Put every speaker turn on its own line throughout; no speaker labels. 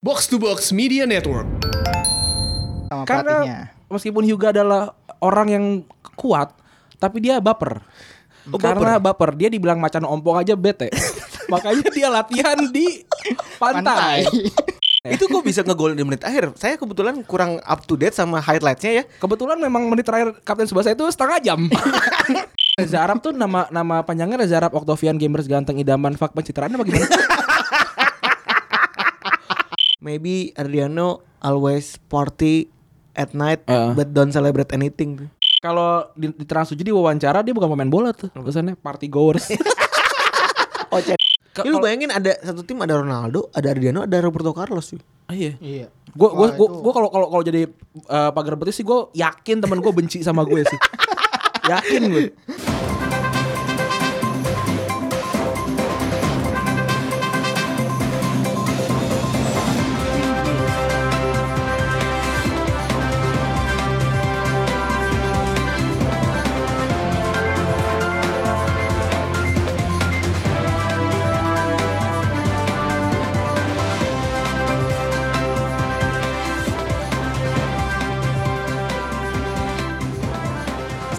Box to Box Media Network.
sama pelatihnya.
Karena meskipun Hyuga adalah orang yang kuat, tapi dia baper. Karena Oh, baper. dia dibilang macan ompong aja bete. Makanya dia latihan di pantai.
Itu kok bisa ngegolin di menit akhir? Saya kebetulan kurang up to date sama highlightnya ya.
Kebetulan memang menit terakhir Kapten Subasa itu setengah jam. Reza Arab tuh nama nama panjangnya Reza Arab Octavian Gamers ganteng idaman fak pencitraan apa gimana?
Maybe Adriano always party at night
Heeh.
but don't celebrate anything.
Kalau di, di Trans 7 di wawancara dia bukan pemain bola tuh. Kesannya party goers. Oh,
Ini Ya lu bayangin ada satu tim ada Ronaldo, ada Adriano, ada Roberto Carlos sih.
Ah, iya.
Iya.
Gue gue
Wah,
gue
itu-
gue kalau kalau kalau jadi eh, pagar betis sih gue yakin temen gue benci sama gue sih. yakin gue.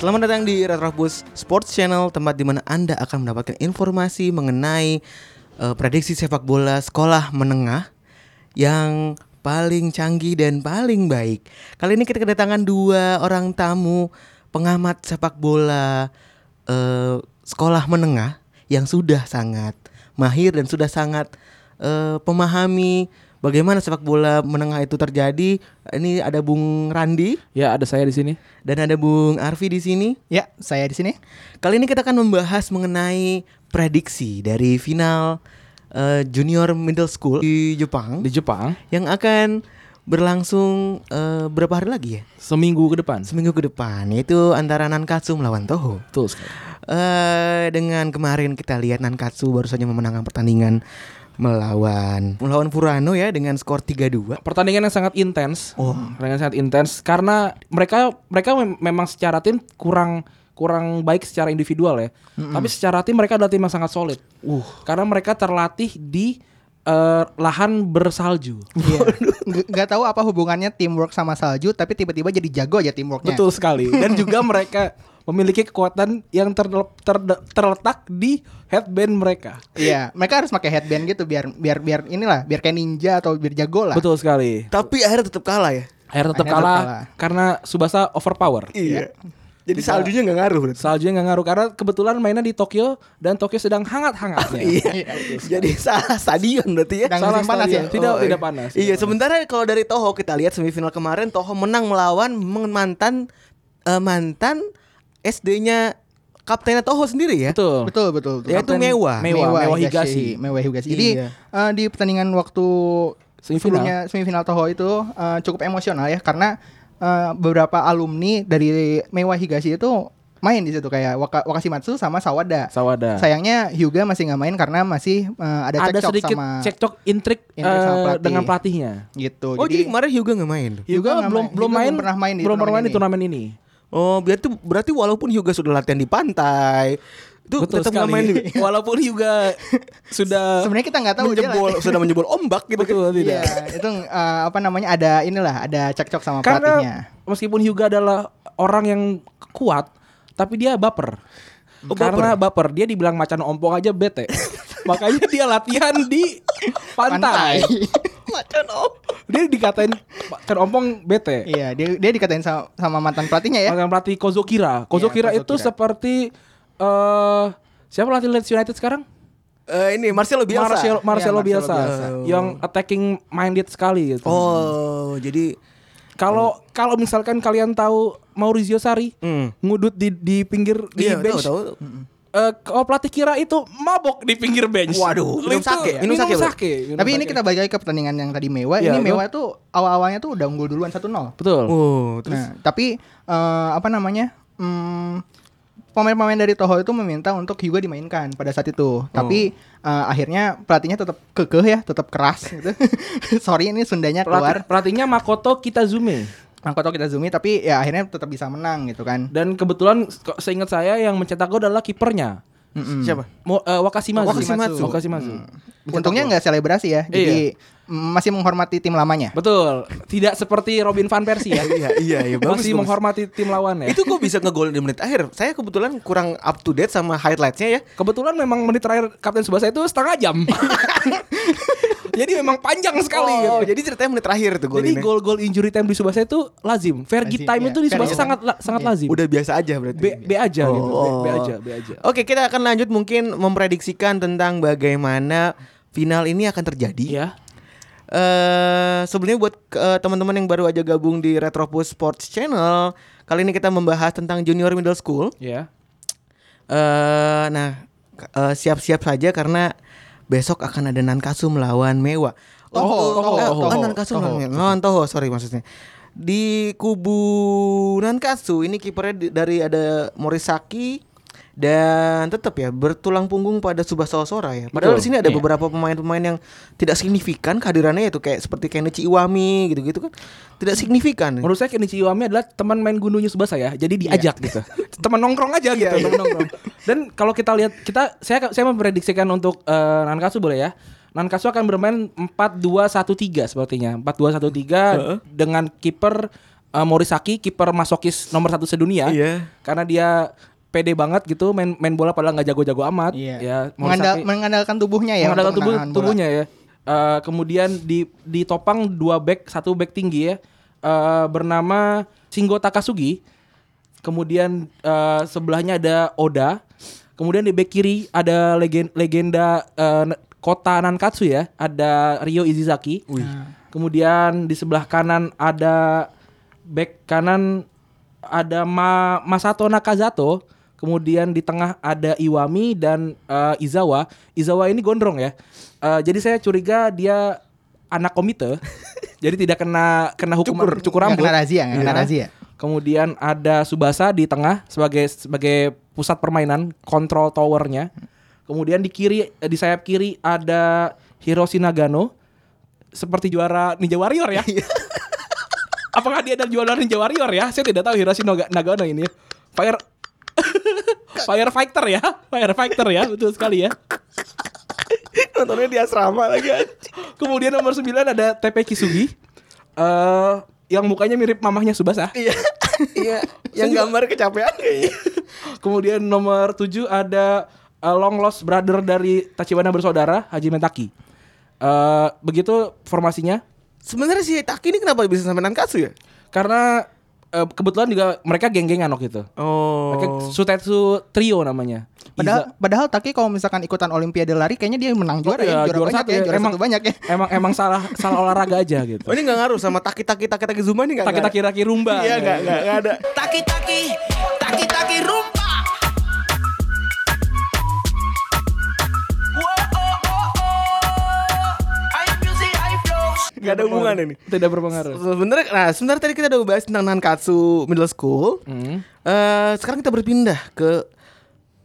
Selamat datang di Retrobus Sports Channel, tempat di mana Anda akan mendapatkan informasi mengenai eh, prediksi sepak bola sekolah menengah yang paling canggih dan paling baik. Kali ini kita kedatangan dua orang tamu pengamat sepak bola eh, sekolah menengah yang sudah sangat mahir dan sudah sangat eh, memahami bagaimana sepak bola menengah itu terjadi. Ini ada Bung Randi
Ya ada saya di sini.
dan ada Bung Arfi di sini.
Ya, saya di sini.
Kali ini kita akan membahas mengenai prediksi dari final eh, junior middle school di Jepang
Di Jepang
yang akan berlangsung eh, berapa hari lagi ya?
seminggu ke depan.
Seminggu ke depan yaitu antara Nankatsu melawan Toho.
Betul sekali.
Eh dengan kemarin kita lihat Nankatsu baru saja memenangkan pertandingan melawan melawan Furano ya dengan skor 3-2.
Pertandingan yang sangat intens. Pertandingan yang sangat intens karena mereka mereka mem- memang secara tim kurang kurang baik secara individual ya. Tapi secara tim mereka adalah tim yang sangat solid. Uh. Karena mereka terlatih di eh, lahan bersalju.
Iya. Nggak- Nggak tahu apa hubungannya teamwork sama salju, tapi tiba-tiba jadi jago aja teamworknya.
Betul sekali. Dan juga mereka memiliki kekuatan yang terle- terde- terletak di headband mereka.
Iya, mereka harus pakai headband gitu biar biar biar inilah, biar kayak ninja atau biar jago lah.
Betul sekali.
Tapi akhirnya tetap kalah ya.
Akhirnya tetap
Akhirnya tetap
kalah,
kalah.
karena Subasa overpower.
Iya. Jadi saljunya nggak ngaruh. berarti.
Saljunya nggak ngaruh karena kebetulan mainnya di Tokyo dan Tokyo sedang hangat-hangatnya.
Iya.
Jadi salah stadion berarti ya.
Dan musim panas ya?
stadion. Tidak
Oh,
tidak
iya.
panas.
Iya, sementara kalau dari Toho kita lihat semifinal kemarin Toho menang melawan men- mantan eh, mantan SD-nya kaptennya Toho sendiri ya.
Betul.
Betul, betul, betul.
Ya, itu mewah.
Mewah, mewah Higashi.
Mewah Higashi. Jadi
Iya.
eh, di pertandingan waktu
Semifinal.
sebelumnya semifinal Toho itu eh, cukup emosional ya karena eh, beberapa alumni dari Mewah Higashi itu main di situ kayak Waka, Wakashimatsu sama Sawada.
Nah.
Sawada.
Sayangnya Hyuga masih nggak main karena masih eh, ada
ada
cekcok
sedikit
sama
cekcok intrik,
Intrik sama
eh,
pelatih.
dengan pelatihnya.
gitu.
Oh, jadi, kemarin Hyuga nggak main.
Hyuga
Juga
nggak
belum
main.
belum
Hyuga
main,
belum pernah main di
belum pernah main di
turnamen
turnamen ini.
Oh, berarti berarti walaupun Hyuga sudah latihan di pantai, itu
Betul
tetap nggak
sekali.
main juga.
Walaupun juga sudah
sebenarnya kita nggak tahu dia
eh, menjebol
lah.
sudah menjebol ombak gitu kan.
betul tidak.
Iya, itu eh, apa namanya ada inilah ada cekcok sama pelatihnya.
Karena meskipun Hyuga adalah orang yang kuat, tapi dia baper.
Oh,
Karena baper. dia dibilang macan ompong aja bete. Makanya dia latihan di pantai.
Macan om.
Dia dikatain macan ompong bete.
Iya, dia dia dikatain sama, sama mantan pelatihnya ya.
Mantan pelatih Kozokira. Kozokira itu
Kozokira.
seperti eh siapa pelatih Leeds United sekarang?
Eh, ini Marcelo Bielsa.
Marcelo,
Iya, Marcelo
Marcelo Bielsa,
Bielsa.
yang attacking minded sekali gitu.
Oh, jadi
Kalau kalau misalkan kalian tahu Maurizio Sarri
Hmm.
ngudut di di pinggir di
Iya,
bench.
tahu, tahu.
Eh, kalau pelatih kira itu mabok di pinggir bench.
Waduh, minum
Itu-
sake, minum
minum
sake,
sake.
Bro.
minum
Tapi ini
sake.
kita balik lagi ke pertandingan yang tadi Mewah.
Iya,
ini
betul.
Mewah tuh awal-awalnya tuh udah unggul duluan 1-0.
betul.
Oh, terus
Nah, tapi eh, apa namanya? Hmm, pemain-pemain dari Toho itu meminta untuk Hyuga dimainkan pada saat itu. Tapi
Oh.
eh, akhirnya pelatihnya tetap kekeh ya, tetap keras gitu. Sorry ini Sundanya keluar.
Pelatih, pelatihnya Makoto Kitazume.
Angkoto kita zoomi tapi ya akhirnya tetap bisa menang gitu kan.
Dan kebetulan kok seingat saya yang mencetak gol adalah kipernya.
Mm-mm.
siapa?
Mo, eh, Wakashimazu.
Oh, Wakashimazu. Hmm.
Wakashimazu. Iya.
Untungnya nggak selebrasi ya. Jadi masih menghormati tim lamanya.
Betul. Tidak seperti Robin van Persie ya.
Iya, iya, iya, bagus,
Masih
bagus.
menghormati tim lawan ya.
Itu kok bisa ngegolin di menit akhir? Saya kebetulan kurang up to date sama highlightsnya ya.
Kebetulan memang menit terakhir Kapten Subasa itu setengah jam. jadi memang panjang sekali. gitu.
Oh, jadi ceritanya menit terakhir tuh
Jadi
golinnya. ya.
gol-gol injury time di Subasa itu lazim. Vergi
Lazim,
time
iya.
itu di Subasa
Vergi
sangat la- sangat lazim.
Iya. Udah biasa aja berarti.
B, B aja gitu. B,
Oh.
B aja, B aja.
Oke, kita akan lanjut mungkin memprediksikan tentang bagaimana final ini akan terjadi.
Iya.
eh sebelumnya buat eh, teman-teman yang baru aja gabung di Retropus Sports Channel, kali ini kita membahas tentang junior middle school.
Iya.
eh nah, k- eh, siap-siap saja karena besok akan ada Nankasu melawan Mewa.
Toho,
Untuk-
Toho,
eh,
Toho,
oh, Nankasu
Toho.
melawan Mewa. Oh, Toho, sorry maksudnya. Di kubu Nankasu ini kipernya di- dari ada Morisaki dan tetap ya bertulang punggung pada Tsubasa Osora ya. Padahal
Betul.
di sini ada
Iya.
beberapa pemain-pemain yang tidak signifikan kehadirannya itu kayak seperti Kenichi Iwami gitu-gitu kan. Tidak signifikan.
Menurut saya Kenichi Iwami adalah teman main gundunya Subasa ya. Jadi diajak gitu. Teman nongkrong aja gitu, teman nongkrong. Dan kalau kita lihat kita saya saya memprediksikan untuk eh, Nankasu boleh ya. Nankasu akan bermain 4-2-1-3 sepertinya. 4-2-1-3 dengan kiper eh, Morisaki, kiper masokis nomor satu sedunia.
Iya.
Karena dia pede banget gitu main main bola padahal nggak jago-jago amat. Ya,
Iya. Mengandal-
Morisaki-
mengandalkan tubuhnya ya.
mengandalkan
untuk
tubuh
menahan bola.
tubuhnya ya. Eh, kemudian di ditopang dua back, satu back tinggi ya. Eh, bernama Shingo Takasugi. Kemudian eh, sebelahnya ada Oda. Kemudian di back kiri ada legen- legenda eh, na- kota Nankatsu ya, ada Ryo Izizaki. Kemudian di sebelah kanan ada back kanan ada Ma Masato Nakazato, kemudian di tengah ada Iwami dan eh, Izawa. Izawa ini gondrong ya. Eh, jadi saya curiga dia anak komite. jadi tidak kena kena hukuman cukur,
Nggak
rambut.
kena razia, nggak kena
Iya.
razia.
Kemudian ada Subasa di tengah sebagai sebagai pusat permainan, kontrol towernya. Kemudian di kiri eh, di sayap kiri ada Hiroshi Nagano seperti juara Ninja Warrior ya.
Iya.
Apakah dia adalah juara Ninja Warrior ya? Saya tidak tahu Hiroshi Noga- Nagano ini. Fire Fire Fighter ya, Fire Fighter ya, betul sekali ya.
Nontonnya di asrama lagi. anjing.
Kemudian nomor 9 ada Tepe Kisugi. Eh, yang mukanya mirip mamahnya Subasa.
Iya. Iya, yang gambar kecapean kayaknya.
Kemudian nomor 7 ada uh, long lost brother dari Tachibana bersaudara Haji Mentaki. Eh, begitu formasinya
Sebenarnya si Taki ini kenapa bisa sampai Nankatsu ya?
karena eh, kebetulan juga mereka geng-gengan waktu itu.
Oh.
Mereka Sutetsu Trio namanya.
Padahal,
Iza-
padahal Taki kalau misalkan ikutan Olimpiade lari, kayaknya dia menang juara
Iya,
ya, juara, banyak ya, juara
emang
satu banyak ya.
Emang emang salah salah olahraga aja gitu.
Oh ini gak ngaruh sama Taki Taki Taki Taki Zuma ini gak
Kita
ngaruh?
kira-kira rumba.
Iya gak, gak, gak ada
Taki taki, taki taki rumba. Whoa, oh, oh, oh. I music, I flows.
Gak ada hubungan ini
Tidak berpengaruh.
Sebenernya, nah sebenarnya tadi kita udah bahas tentang Nankatsu Middle School
Hmm.
Eh, Sekarang kita berpindah ke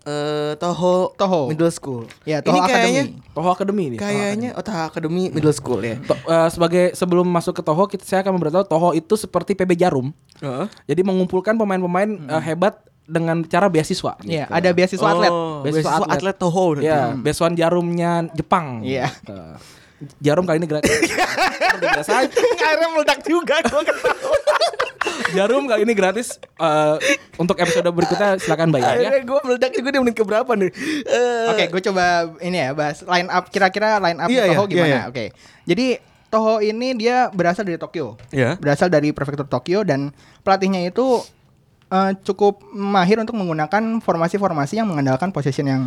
eh, Toho,
Toho.
Middle School
Ya, Toho
Ini kayaknya,
Academy.
Toho Academy ini. Toho
Kayaknya Otak Academy Middle School ya
To- eh, sebagai sebelum masuk ke Toho, kita, saya akan memberitahu Toho itu seperti PB Jarum.
Heeh. Hmm.
Jadi mengumpulkan pemain-pemain eh, hebat dengan cara beasiswa.
Iya, ada beasiswa atlet.
Gitu. Oh,
Beasiswa
beasiswa
atlet.
atlet. Toho berarti.
Ya, beasiswa Jarumnya Jepang.
Iya.
Eh, jarum kali ini gratis. Seperti biasa,
Akhirnya meledak juga gua ketawa
Iya, jarum kali ini gratis. Eh, untuk episode berikutnya silakan bayar ya.
Akhirnya gue meledak juga di menit keberapa nih Eh,
Oke, gue coba ini ya bahas line up kira-kira line up
Iya,
Toho
iya,
gimana?
iya, iya.
Oke. Jadi Toho ini dia berasal dari Tokyo.
Iya.
Berasal dari prefektur Tokyo dan pelatihnya itu eh, cukup mahir untuk menggunakan formasi-formasi yang mengandalkan possession yang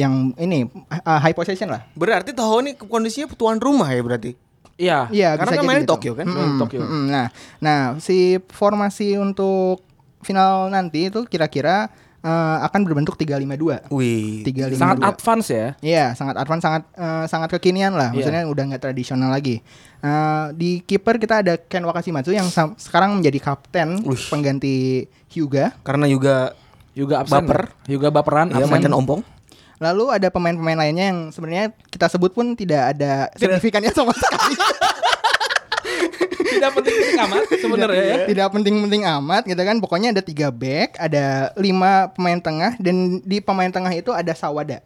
yang ini eh, high possession lah.
Berarti Toho ini kondisinya tuan rumah ya berarti
Iya.
Iya,
Karena
bisa
kan
jadi
main di
gitu.
Tokyo kan?
Mm-mm,
Main di Tokyo.
mm-mm. Nah, nah si formasi untuk final nanti itu kira-kira eh, akan berbentuk 352.
Wih
352.
Sangat
Iya.
advance ya.
Iya, sangat advance, sangat eh, sangat kekinian lah.
Iya.
Maksudnya udah nggak tradisional lagi. Eh, di kiper kita ada Ken Wakashimatsu yang sam- sekarang menjadi kapten
Ush.
pengganti Hyuga.
Karena juga
Juga absen.
Baper.
Juga baperan.
Iya
absen.
macan ompong.
Lalu ada pemain-pemain lainnya yang sebenarnya kita sebut pun tidak ada signifikannya sama sekali.
Tidak penting penting amat sebenarnya
Iya,
ya.
tidak penting-penting amat gitu kan. Pokoknya ada tiga back, ada lima pemain tengah dan di pemain tengah itu ada Sawada.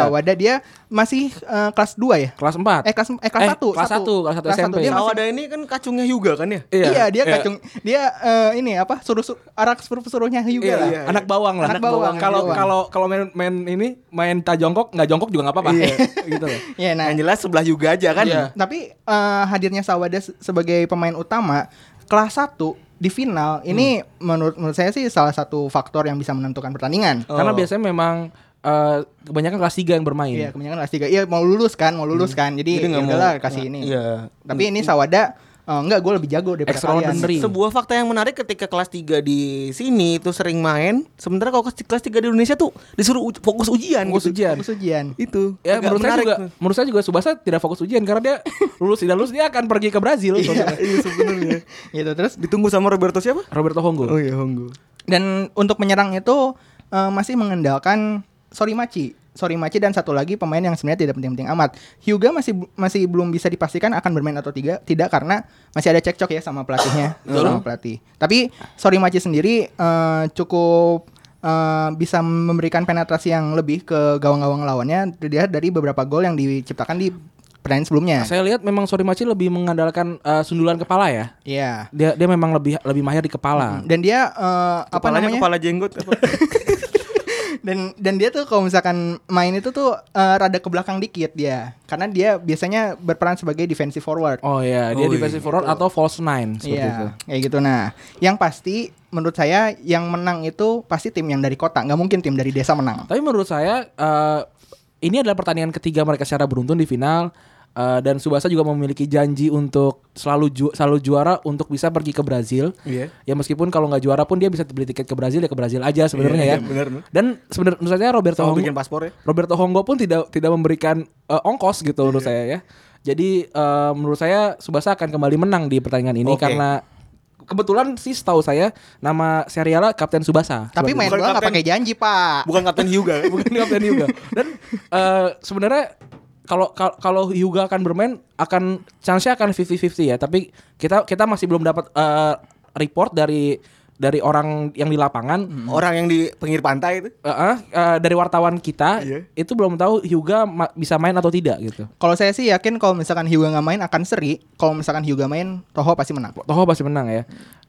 Ada Sawada dia masih eh, kelas 2 ya?
Kelas 4.
Eh kelas eh kelas
Eh,
1.
kelas satu, kelas satu SMP.
Dia masih-
Sawada ini kan kacungnya Hyuga kan ya?
iya, dia kacung dia eh, ini apa suruh suruh arak suruh suruhnya juga
Iya,
lah.
iya, anak bawang lah.
Anak bawang, anak
Kalau
bawang.
kalau kalau main main ini main tak jongkok nggak jongkok juga nggak apa-apa.
Iya.
gitu loh.
Iya, nah.
Yang jelas sebelah Hyuga aja kan.
Iya.
Tapi eh, hadirnya Sawada se- sebagai pemain utama kelas 1 di final ini menurut menurut saya sih salah satu faktor yang bisa menentukan pertandingan.
Karena biasanya memang eh, kebanyakan kelas 3 yang bermain.
Iya, kebanyakan kelas 3. Iya, mau lulus kan, mau lulus kan. Jadi,
Jadi nggak mau-
udahlah kasih
nggak-
ini.
iya.
Tapi ini Sawada eh, enggak gue lebih jago daripada kalian.
Extraordinary. Sering.
Sebuah fakta yang menarik ketika kelas 3 di sini itu sering main, sementara kalau kelas kelas 3 di Indonesia tuh disuruh uj- fokus ujian
Fokus
gitu.
ujian.
Fokus ujian.
Itu
Ya,
agak
menurut saya
menarik.
juga menurut saya juga Subasa tidak fokus ujian karena dia lulus tidak lulus dia akan pergi ke Brazil.
Iya,
soalnya.
iya sebenarnya.
Gitu terus
Ditunggu sama Roberto siapa?
Roberto Ya, Honggo.
iya, Honggo.
dan untuk menyerang itu eh, masih mengandalkan Sorimachi. Sorimachi dan satu lagi pemain yang sebenarnya tidak penting-penting amat. Hyuga masih masih belum bisa dipastikan akan bermain atau tiga, tidak karena masih ada cekcok ya sama pelatihnya, sama pelatih. Tapi Sorimachi sendiri eh, cukup eh, bisa memberikan penetrasi yang lebih ke gawang-gawang lawannya dilihat dari beberapa gol yang diciptakan di pertandingan sebelumnya.
Saya lihat memang Sorimachi lebih mengandalkan eh, sundulan kepala ya.
Iya.
Dia dia memang lebih lebih mahir di kepala.
Dan dia eh, apa namanya?
Kepalanya kepala jenggot apa?
dan dan dia tuh kalau misalkan main itu tuh eh, rada ke belakang dikit dia karena dia biasanya berperan sebagai defensive forward
Oh iya, dia
Oh, iya,
defensive forward atau false nine seperti itu.
Mm-hmm. Iya, kayak gitu. Nah, yang pasti menurut saya yang menang itu pasti tim yang dari kota, nggak mungkin tim dari desa menang.
Tapi menurut saya eh, ini adalah pertandingan ketiga mereka secara beruntun di final eh, dan Subasa juga memiliki janji untuk selalu ju- selalu juara untuk bisa pergi ke Brazil.
Iya.
Ya meskipun kalau nggak juara pun dia bisa beli tiket ke Brazil ya ke Brazil aja sebenarnya
Iya,
ya.
iya, benar, benar.
Dan sebenarnya menurut saya Roberto
Sama
Honggo-
bikin paspor ya.
Roberto Honggo pun tidak tidak memberikan eh, ongkos gitu menurut
Iya.
saya ya. Jadi eh, menurut saya Subasa akan kembali menang di pertandingan ini
Oke.
karena kebetulan sih setahu saya nama serialnya Kapten Subasa.
Tapi
Seperti
main
bukan
bola nggak
kapten.
pakai janji, Pak.
Bukan Kapten Hyuga.
bukan kapten Hyuga dan eh, sebenarnya kalau kalau- kalau Hyuga akan bermain akan chance-nya akan 50-50 ya tapi kita kita masih belum dapat eh, report dari dari orang yang di lapangan
Orang yang di pinggir pantai itu.
eh, eh, eh, dari wartawan kita
Iya.
itu belum tahu Hyuga ma- bisa main atau tidak gitu
Kalau saya sih yakin kalau misalkan Hyuga nggak main akan seri. Kalau misalkan Hyuga main, Toho pasti menang.
Toho pasti menang ya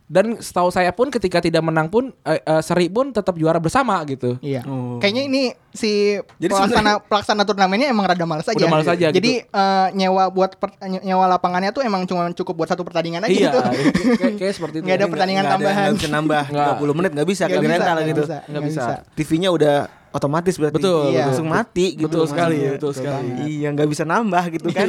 dan setahu saya pun ketika tidak menang pun eh, eh, seri pun tetap juara bersama gitu
Iya.
Oh.
Kayaknya ini si
Jadi
pelaksana pelaksana turnamennya emang rada malas aja.
Udah males aja
Jadi eh, nyewa buat per- nye- nyewa lapangannya tuh emang cuma cukup buat satu pertandingan aja
iya
gitu.
kayak, kayak seperti itu
Nggak ada
Ini
pertandingan
Nggak ada,
tambahan.
nggak bisa nambah
Nggak.
20 menit nggak bisa kayak
Nggak
di rental
nggak
gitu.
bisa,
Nggak bisa.
TV-nya udah otomatis berarti.
Betul,
Iya.
langsung mati gitu.
Betul sekali,
Iya,
betul sekali.
banget. Iya, nggak bisa nambah gitu kan.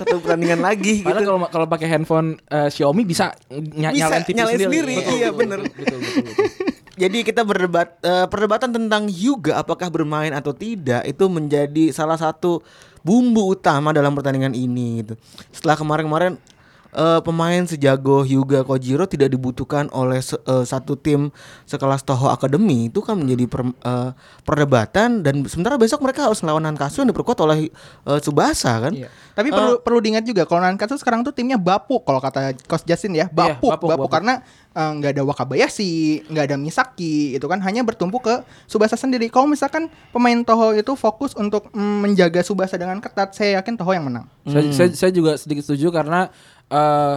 Satu pertandingan lagi gitu.
Padahal kalau kalau pakai handphone eh, Xiaomi bisa ny-
Bisa,
nyalain TV
nyalain sendiri,
Betul,
iya,
betul,
bener.
Betul, betul, betul.
Jadi kita berdebat eh, perdebatan tentang Hyuga apakah bermain atau tidak itu menjadi salah satu bumbu utama dalam pertandingan ini gitu. Setelah kemarin-kemarin eh, pemain sejago Hyuga Kojiro tidak dibutuhkan oleh se- eh, satu tim sekelas Toho Academy itu kan menjadi per- eh, perdebatan dan sementara besok mereka harus melawan Nankatsu yang diperkuat oleh eh, Tsubasa kan.
Iya. Tapi perlu perlu diingat juga kalau Nankatsu sekarang tuh timnya bapuk kalau kata Coach Justin ya, bapuk,
bapuk,
bapuk,
bapuk.
karena eh, nggak ada Wakabayashi, nggak ada Misaki, itu kan hanya bertumpu ke Subasa sendiri. Kalau misalkan pemain Toho itu fokus untuk mm, menjaga Subasa dengan ketat, saya yakin Toho yang menang.
Saya, saya, saya juga sedikit setuju karena eh,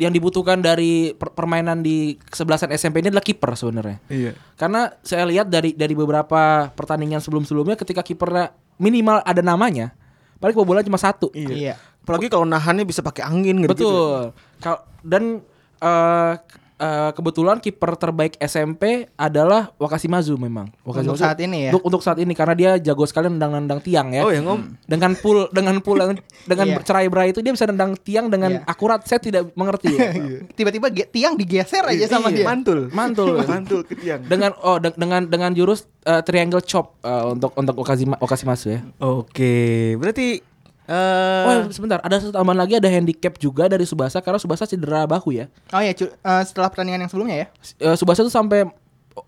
yang dibutuhkan dari per- permainan di kesebelasan SMP ini adalah kiper sebenarnya.
Iya.
Karena saya lihat dari dari beberapa pertandingan sebelum-sebelumnya ketika kipernya minimal ada namanya, paling kebobolan cuma satu.
Iya.
Apalagi kalau nahannya bisa pakai angin gitu.
Betul. Kal- dan eh, ke- eh, kebetulan kiper terbaik SMP adalah Wakasimazu memang. Wakashimazu-
saat ini ya?
Untuk, untuk saat ini karena dia jago sekali nendang-nendang tiang ya.
Oh ya, Ngom.
Dengan pull dengan pull yang- dengan
Iya.
cerai berai itu dia bisa nendang tiang dengan
Iya.
akurat. Saya tidak mengerti. ya.
Tiba-tiba ge- tiang digeser aja sama
Iya,
dia.
Mantul.
Mantul.
Mantul ke tiang.
dengan oh de- dengan dengan jurus eh, triangle chop eh, untuk untuk Okazima, Okasimazu ya.
Oke, berarti
oh,
eh
sebentar, ada satu tambahan lagi ada handicap juga dari Subasa karena Subasa cedera bahu ya.
Oh ya, cu- eh, setelah pertandingan yang sebelumnya ya.
Eh, Subasa tuh sampai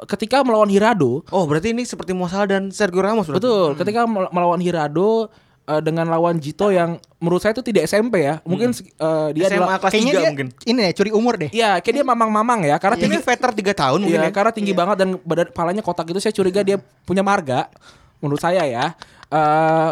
ketika melawan Hirado,
oh berarti ini seperti Mosala dan Sergio Ramos berarti.
Betul, ketika mel- melawan Hirado eh, dengan lawan Jito yang menurut saya itu tidak SMP ya. Mungkin eh, dia
Dia SMA
adalah
kelas
Kayaknya
3
dia
mungkin.
ini deh curi umur deh.
Iya, kayak dia mamang-mamang ya karena
Ini
tinggi
veter 3 tahun Iya. mungkin
Iya,
ya.
gitu. karena tinggi banget dan badan palanya kotak itu saya curiga dia punya marga. menurut saya ya eh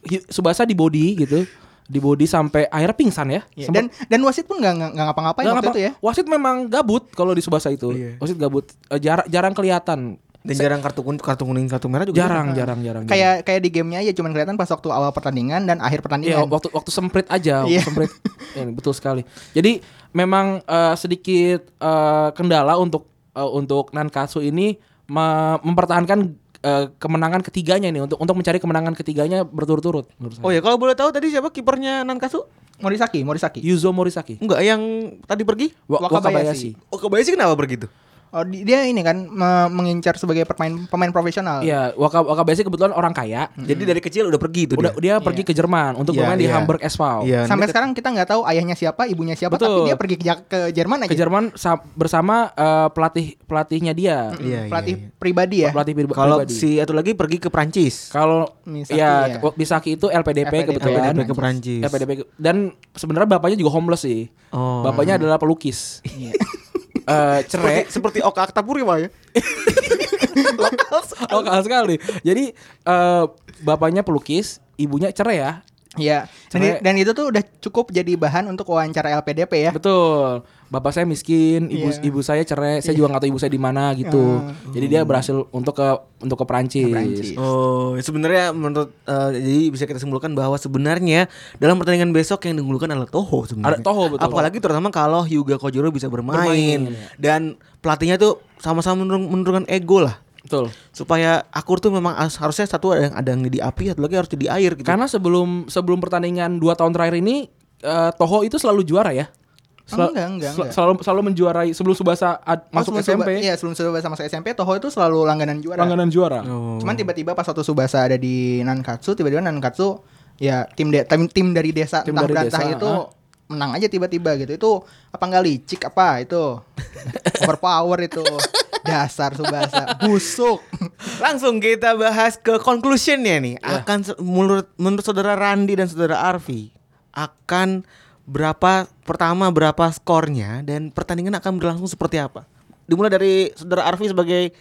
Hi- Subasa di body gitu di body sampai akhirnya pingsan ya,
Ya,
Sempet-
dan dan wasit pun nggak nggak nggak ngapa-ngapain
Nggak
waktu
ngapa-
itu ya.
Wasit memang gabut kalau di Subasa itu. Wasit gabut. Eh, jarang jarang kelihatan.
Dan jarang kartu kuning, kartu kuning, kartu merah juga.
Jarang, jarang, jarang.
Kayak kayak di gamenya ya cuman kelihatan pas waktu awal pertandingan dan akhir
Iya,
pertandingan.
waktu waktu semprit aja, waktu
Iya.
semprit. Ini betul sekali. Jadi memang eh, sedikit eh, kendala untuk eh, untuk Nankasu ini me- mempertahankan eh, kemenangan ketiganya ini untuk untuk mencari kemenangan ketiganya berturut-turut menurut saya.
Oh ya, kalau boleh tahu tadi siapa kipernya Nankasu?
Morisaki,
iya.
Morisaki.
Yuzo Morisaki.
Enggak yang tadi pergi?
Wa-
Wakabayashi.
Wakabayashi.
Oh, kebayang sih kenapa pergi tuh?
Oh, di- dia ini kan me- mengincar sebagai pemain pemain
Ah.
profesional.
Iya, Waka- Wakabayashi kebetulan orang kaya.
Jadi dari kecil Hmm. udah pergi tuh
Udah dia
dia.
pergi ke Jerman untuk
Iya,
bermain di
iya.
Hamburg SV.
Iya.
Sampai sekarang kita nggak tahu ayahnya siapa, ibunya siapa, tapi
Betul.
dia pergi ke, Ja- ke Jerman aja.
ke Jerman sa- bersama eh, pelatih pelatihnya dia
Mm,
Iya, iya,
pelatih
iya.
pribadi ya.
pelatih pri-
Kalau
pribadi
si satu lagi pergi ke Prancis.
kalau
Misaki ya.
ya, Misaki itu LPDP,
LPDP,
kebetulan
LPDP ke Prancis.
LPDP ke- dan sebenarnya bapaknya juga homeless sih
Oh.
bapaknya adalah pelukis Eh, cerai
seperti Oka Aktapuri Pak ya.
oh kalah sekali jadi eh, bapaknya pelukis ibunya cerai ya
Iya. Dan,
Cerai-
dan itu tuh udah cukup jadi bahan untuk wawancara LPDP ya.
betul bapak saya miskin ibu
Iya. Ah.
ibu saya cerai saya juga nggak tahu ibu saya di mana gitu jadi dia berhasil untuk ke untuk ke Prancis,
Prancis.
Oh, sebenarnya menurut eh, jadi bisa kita simpulkan bahwa sebenarnya dalam pertandingan besok yang diunggulkan adalah Toho
Ada
sebenarnya.
Toho, betul.
Apalagi terutama kalau Hyuga Kojuro bisa bermain,
Bermain. ya.
dan pelatihnya tuh sama-sama menurun- menurunkan ego lah.
betul
Supaya akur tuh memang harus- harusnya satu ada yang ada yang di api, satu lagi harus di air gitu.
Karena sebelum sebelum pertandingan dua tahun terakhir ini eh, Toho itu selalu juara ya.
Oh, Enggak, enggak, enggak.
Selalu selalu menjuarai sebelum Subasa ad-
Oh,
masuk
sebelum
SMP.
Suba- Iya, sebelum Subasa masuk SMP, Toho itu selalu langganan juara.
Langganan juara.
Cuman tiba-tiba pas waktu Subasa ada di Nankatsu, tiba-tiba Nankatsu ya tim de- tim, tim dari desa
Tim
entah
dari
berantah
desa,
itu
ah.
menang aja tiba-tiba gitu. Itu apa nggak licik apa itu? Overpower itu. Dasar Subasa, busuk.
Langsung kita bahas ke conclusionnya nih. Akan se- menurut menurut saudara Randi dan saudara Arfi akan berapa pertama berapa skornya dan pertandingan akan berlangsung seperti apa? Dimulai dari saudara Arfi sebagai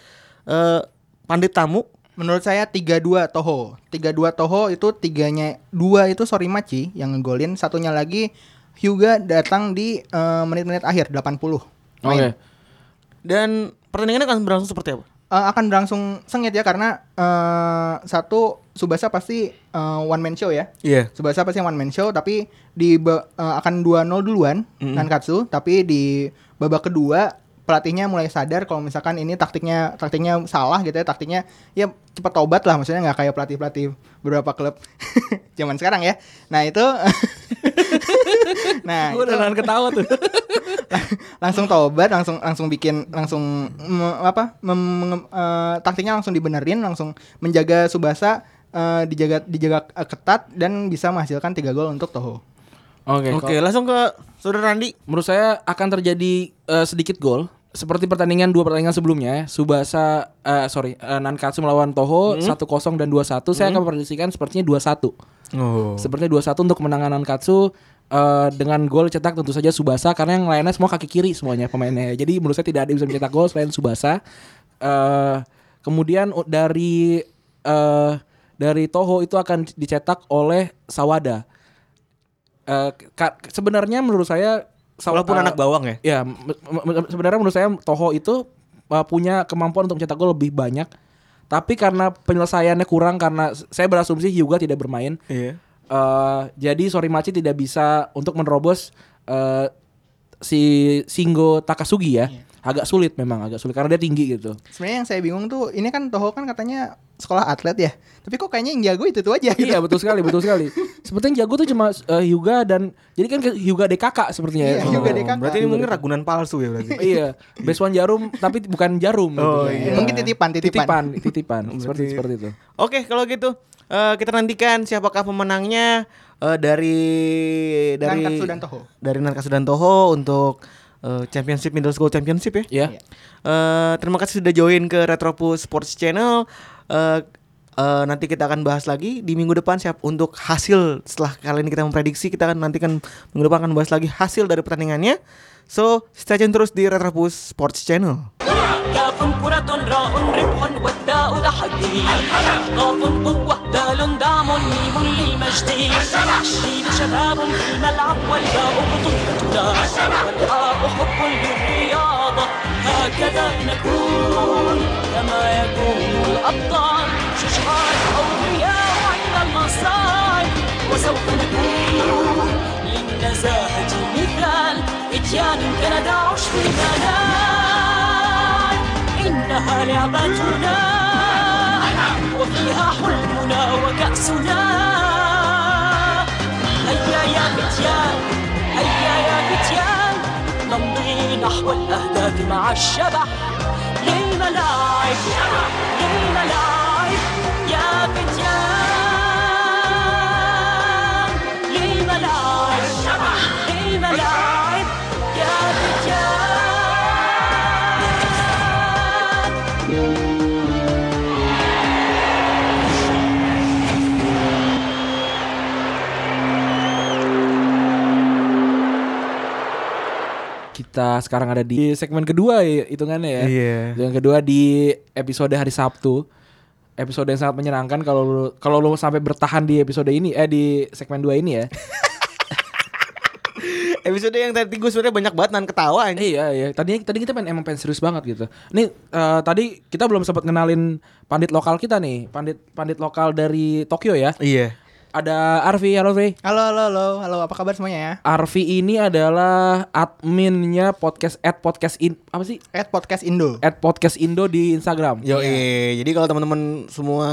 eh, pandit tamu.
Menurut saya 3-2 Toho. 3-2 Toho itu tiganya dua itu Sorimachi yang ngegolin, satunya lagi Hyuga datang di eh, menit-menit akhir 80.
Oke.
main.
Dan pertandingan akan berlangsung seperti apa?
Eh, akan berlangsung sengit ya karena eh, satu Subasa pasti eh, one man show ya.
Iya.
Subasa pasti one man show tapi di ba- eh, akan 2-0 duluan Nankatsu tapi di babak kedua pelatihnya mulai sadar kalau misalkan ini taktiknya taktiknya salah gitu ya taktiknya ya cepat tobat lah maksudnya nggak kayak pelatih pelatih beberapa klub zaman sekarang ya nah itu nah
Gue udah nahan ketawa tuh.
langsung tobat langsung langsung bikin langsung me- apa mem- menge- eh, taktiknya langsung dibenerin langsung menjaga Subasa eh, dijaga dijaga eh, ketat dan bisa menghasilkan tiga gol untuk Toho.
Oke.
Oke,
kalau-
langsung ke saudara Randi.
Menurut saya akan terjadi eh, sedikit gol seperti pertandingan dua pertandingan sebelumnya ya. Subasa eh, sorry eh, Nankatsu melawan Toho 1-0 dan 2-1. Saya akan prediksikan sepertinya 2-1.
Oh.
Sepertinya 2-1 untuk kemenangan Nankatsu eh, dengan gol cetak tentu saja Subasa karena yang lainnya semua kaki kiri semuanya pemainnya. Jadi menurut saya tidak ada yang bisa mencetak gol selain Subasa. Eh, kemudian u- dari eh, dari Toho itu akan dicetak oleh Sawada. Eh, ka- sebenarnya menurut saya Sawa-
Walaupun
eh,
anak bawang ya.
Ya, m- m- m- sebenarnya menurut saya Toho itu uh, punya kemampuan untuk mencetak gol lebih banyak. Tapi karena penyelesaiannya kurang karena s- saya berasumsi Hyuga tidak bermain.
Iya.
Eh, jadi Sorimachi tidak bisa untuk menerobos eh, si Shingo Takasugi ya. Agak sulit memang, agak sulit karena dia tinggi gitu.
Sebenarnya yang saya bingung tuh ini kan Toho kan katanya sekolah atlet ya. Tapi kok kayaknya yang jago itu tuh aja gitu.
iya, betul sekali, betul sekali. Sepertinya jago tuh cuma eh, Hyuga dan jadi kan ke- Hyuga DKK
Iya,
sepertinya ya.
Hyuga
Oh,
DKK.
Berarti ini mungkin ragunan palsu ya berarti.
iya, Beswan Jarum tapi bukan jarum
Oh,
gitu.
iya.
Mungkin titipan, titipan.
Titipan, titipan. seperti seperti itu.
Oke, kalau gitu eh, kita nantikan siapakah pemenangnya eh, dari dari
Nankatsu dan Toho.
Dari Nankatsu dan Toho untuk eh, Championship Middle School Championship ya.
Ya.
Iya.
Eh, terima kasih sudah join ke Retropus Sports Channel. Eh, eh, nanti kita akan bahas lagi di minggu depan siap untuk hasil setelah kali ini kita memprediksi kita akan nantikan minggu depan akan bahas lagi hasil dari pertandingannya. So, stay tune terus di Retropus Sports Channel.
يا فنكرة راء ربح وداء الفداء تحدي نار قوة دال دعم ميم للمجد الشيب شباب في الملعب والباء بطولتنا والحاء حب للرياضة هكذا نكون كما يكون الأبطال شجعان أولياء عند المصائب وسوف نكون للنزاهة مثال إتيان كندا عشب المنال إنها لعبتنا وفيها حلمنا وكأسنا هيا يا فتيان هيا يا فتيان نمضي نحو الأهداف مع الشبح للملاعب للملاعب يا فتيان للملاعب للملاعب يا فتيان
Kita sekarang ada di segmen kedua ya, hitungannya ya.
Iya.
Yang kedua di episode hari Sabtu. Episode yang sangat menyenangkan kalau lu, kalau lu sampai bertahan di episode ini eh di segmen 2 ini ya.
Episode yang tadi gue sebenarnya banyak banget nan ketawa anjing.
iya iya. Tadinya tadi kita pengen, emang pengen serius banget gitu. Nih eh, tadi kita belum sempat kenalin pandit lokal kita nih, pandit pandit lokal dari Tokyo ya.
Iya.
Ada Arfi, halo Arfi.
Halo, halo, halo, halo. Apa kabar semuanya ya?
Arfi ini adalah adminnya podcast at podcast in apa sih?
At Podcast Indo.
At podcast Indo di Instagram.
Yo, jadi kalau teman-teman semua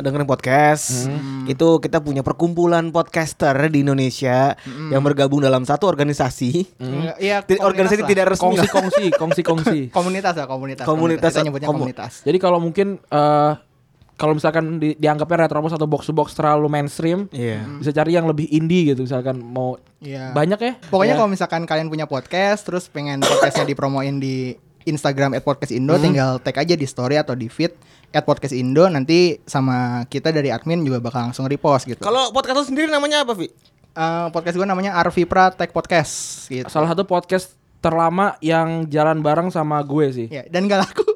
dengerin podcast, itu kita punya perkumpulan podcaster di Indonesia yang bergabung dalam satu organisasi.
Iya,
Ti- organisasi
komunitas
tidak
lah.
resmi. lah.
Kongsi-kongsi, kongsi-kongsi.
komunitas lah, komunitas.
Komunitas,
Kita nyebutnya
komu-
komunitas.
Jadi kalau mungkin eh kalau misalkan di- dianggapnya Retrobus atau box to box terlalu mainstream,
Iya.
bisa cari yang lebih indie gitu misalkan mau
Iya.
banyak ya.
Pokoknya
Ya.
kalau misalkan kalian punya podcast terus pengen podcastnya dipromoin di Instagram at podcast Indo tinggal tag aja di story atau di feed at podcast Indo nanti sama kita dari admin juga bakal langsung repost gitu.
Kalau podcast lu sendiri namanya apa, Vi?
Eh, podcast gue namanya Arvi Pra Tech Podcast gitu.
salah satu podcast terlama yang jalan bareng sama gue sih.
Ya, dan gak laku.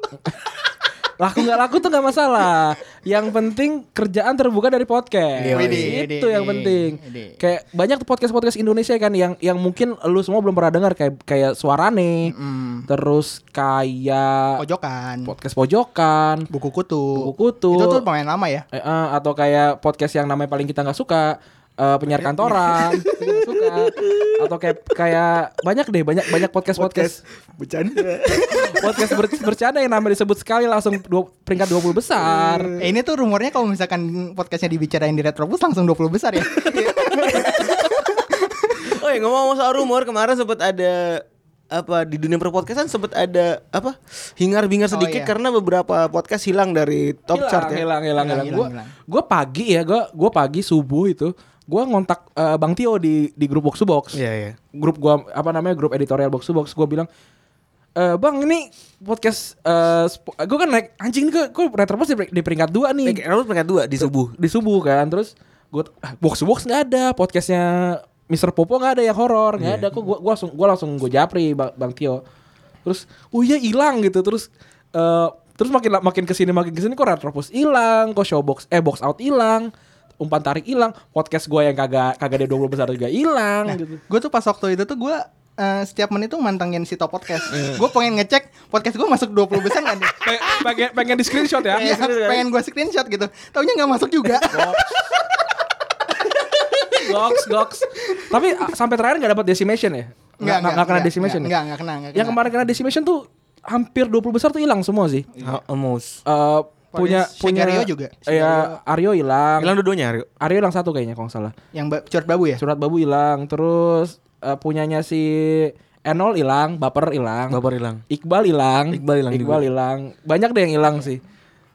Laku nggak laku tuh nggak masalah. Yang penting kerjaan terbuka dari podcast.
Iya, iya.
Itu yang
Iya,
penting.
iya.
Kayak banyak tuh podcast-podcast Indonesia kan yang yang mungkin lu semua belum pernah dengar kayak kayak Suarane,
Mm.
terus kayak
Pojokan.
podcast pojokan.
Buku kutu.
Buku kutu.
Itu tuh pemain lama ya.
Eh, eh, atau kayak podcast yang namanya paling kita nggak suka eh, penyiar kantoran kita nggak suka atau kayak kayak banyak deh banyak banyak podcast podcast bercanda podcast ber- bercanda yang namanya disebut sekali langsung dua, peringkat 20 besar
Eh, ini tuh rumornya kalau misalkan podcastnya dibicarain di Retrobus langsung 20 besar ya.
Oh, ngomong-ngomong soal rumor, kemarin sempat ada apa di dunia perpodcastan sempat ada apa hingar-bingar
Oh,
sedikit
iya.
karena beberapa podcast hilang dari top
hilang,
chart ya.
hilang hilang
Hilang,
hilang
hilang,
gue
hilang.
gue pagi ya gue gue pagi subuh itu gue ngontak eh, bang Tio di di grup box to box
Iya, iya.
grup gua apa namanya grup editorial box to box gua bilang eh bang ini podcast eh sp- gue kan naik anjing nih gue retropos di, di peringkat dua
Eh,
nih
Retrobus peringkat dua di subuh.
di subuh kan terus gue box to box nggak ada podcastnya Mr. Popo nggak ada yang horor nggak ada kok gue gua langsung gue langsung gue japri bang, Bang Tio terus oh iya hilang gitu terus eh terus makin la- makin kesini makin kesini kok retropos hilang kok showbox eh box out hilang umpan tarik hilang podcast gue yang kagak kagak ada 20 besar juga hilang gitu
gue tuh pas waktu itu tuh gue eh, setiap menit tuh mantengin si top podcast gue pengen ngecek podcast gue masuk 20 besar nggak nih
Pe- pengen pengen di screenshot ya.
Kayak pengen gue screenshot gitu taunya nggak masuk
Oh,
juga
Goks, goks. Tapi ah, sampai terakhir nggak dapat decimation ya? Nggak nggak nggak kena decimation. ya?
nggak nggak kena nggak
Nah.
Yang kemarin kena decimation tuh hampir 20 besar tuh hilang semua sih.
Ha- Almost.
Eh, punya
Paling
punya
Shigerio juga.
Iya, Aryo hilang.
Hilang dua-duanya, Aryo.
Aryo hilang satu kayaknya kalau nggak salah.
yang ba- curhat babu ya
Surat Babu hilang, terus eh, punyanya si Enol hilang, Baper hilang.
Baper hilang.
Iqbal hilang.
Iqbal hilang
Iqbal hilang. Banyak deh yang hilang sih.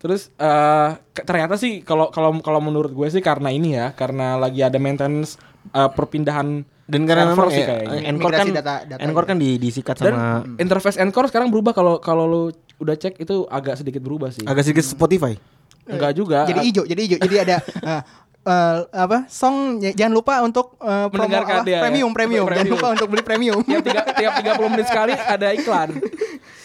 Terus eh ke- ternyata sih kalau kalau kalau menurut gue sih karena ini ya, karena lagi ada maintenance eh, perpindahan
Dan karena
server
memang
sih
ya,
kayaknya.
Encore kan
Migrasi data- data
Encore
ya.
kan di, disikat
Dan
sama
interface Encore sekarang berubah kalau kalau lu udah cek itu agak sedikit berubah sih.
agak sedikit Spotify.
Enggak juga.
jadi
eh,
hijau jadi hijau jadi ada eh, eh, apa song j- jangan lupa untuk eh, promo
Mendengarkan
apa,
dia ya.
premium premium jangan
Premium.
lupa untuk beli premium
tiap tiga, tiap 30 menit sekali ada iklan.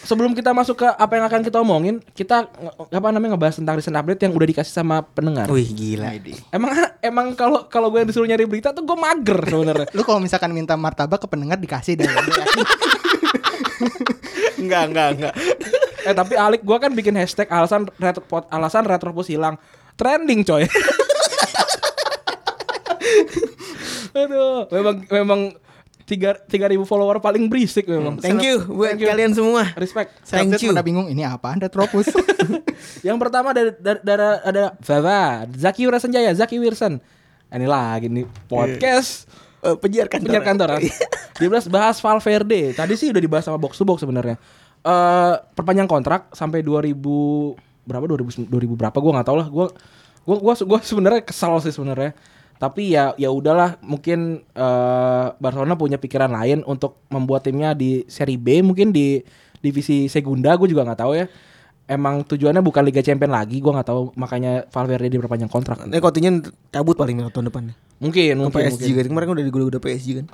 sebelum kita masuk ke apa yang akan kita omongin, kita nge- apa namanya ngebahas tentang recent update yang udah dikasih sama pendengar.
Wih gila.
Emang emang kalau kalau gue disuruh nyari berita tuh gue mager sebenarnya.
Lu kalau misalkan minta martabak ke pendengar dikasih deh.
Enggak, enggak, enggak.
eh tapi Alik gue kan bikin hashtag alasan retropod alasan retropus hilang trending coy. Aduh, memang memang tiga tiga ribu follower paling berisik memang.
Thank you buat kalian semua.
Respect.
Thank you.
Pada bingung ini apa Anda Tropus?
Yang pertama dari dari, dari- ada Vava, Zaki Wirasanjaya, Zaki Wirsan. Nah, Ini lagi nih podcast
Eh, penyiar kantor. Iya.
penyiar kantor. ah. Dia bahas, bahas Valverde. Tadi sih udah dibahas sama box to box sebenarnya. Eh perpanjang kontrak sampai 2000 berapa 2000 2000 berapa gua nggak tahu lah. Gua gua gua, gua sebenarnya kesal sih sebenarnya. Tapi ya ya udahlah mungkin eh Barcelona punya pikiran lain untuk membuat timnya di seri B mungkin di divisi Segunda gue juga nggak tahu ya. Emang tujuannya bukan Liga Champion lagi, gua nggak tahu makanya Valverde diperpanjang kontrak.
Ini Coutinho cabut paling ya tahun depan.
Eh, Mungkin
Ke
mungkin,
PSG
mungkin.
kan kemarin kan udah digoda-goda PSG kan.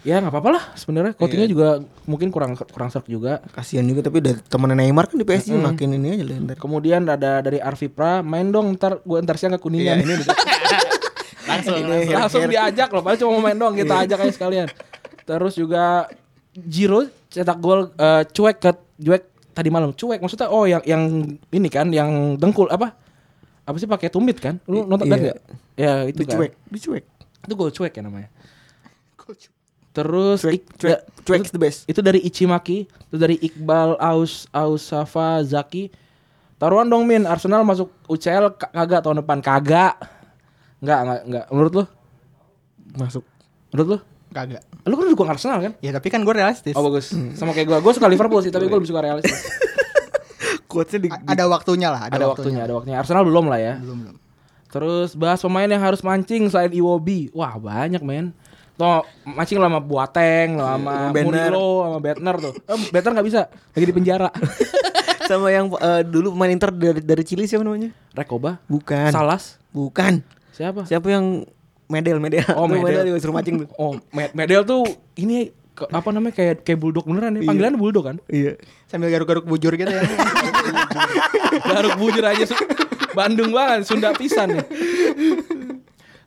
Ya nggak apa-apa lah sebenarnya. Coutinho juga mungkin kurang kurang serk juga.
Kasihan juga tapi udah temen Neymar kan di PSG makin ini aja lah ntar.
Kemudian ada dari Arvipra, main dong ntar gue ntar siang ke Kuningan.
Langsung
Langsung diajak loh, padahal cuma mau main doang kita ajak aja sekalian. Terus juga Jiro cetak gol eh, cuek ke cuek tadi malam cuek maksudnya oh yang yang ini kan yang dengkul apa apa sih pakai tumit kan lu nonton
Iya.
liat nggak ya itu kan
dicuek, dicuek.
itu gol cuek ya namanya terus
Cuek,
Ik-
cuek,
da-
cuek is the best.
Itu dari Ichimaki, itu dari Iqbal Aus Ausafa Zaki. Taruhan dong Min, Arsenal masuk UCL ka- kagak tahun depan kagak. Enggak, enggak, enggak. Menurut lu?
Masuk.
Menurut lu?
Kagak.
Lu kan dukung Arsenal kan?
Ya tapi kan gue realistis.
Oh bagus. Sama kayak gua. Gua suka Liverpool sih, tapi gua lebih suka realistis.
Quotesnya di,
A- ada waktunya lah, ada,
ada
waktunya.
waktunya, ada waktunya. Arsenal belum lah ya.
Belum belum.
Terus bahas pemain yang harus mancing selain Iwobi. Wah, banyak men. Tuh, mancing lo sama Boateng, lo sama
sama Bentner.
Murilo, sama Bettner tuh. Eh, Bettner nggak bisa, lagi di penjara.
sama yang eh, dulu pemain Inter dari dari Chili siapa namanya?
Rekoba,
Bukan.
Salas,
Bukan.
siapa?
Siapa yang medel medel?
Oh,
Tuh,
medel.
juga suruh mancing tuh.
Oh, me- medel tuh ini ke- apa namanya kayak kayak bulldog beneran ya. Panggilan bulldog kan?
Iya.
Sambil garuk-garuk bujur gitu ya.
Garuk bujur aja Su- Bandung banget, Sunda pisan ya.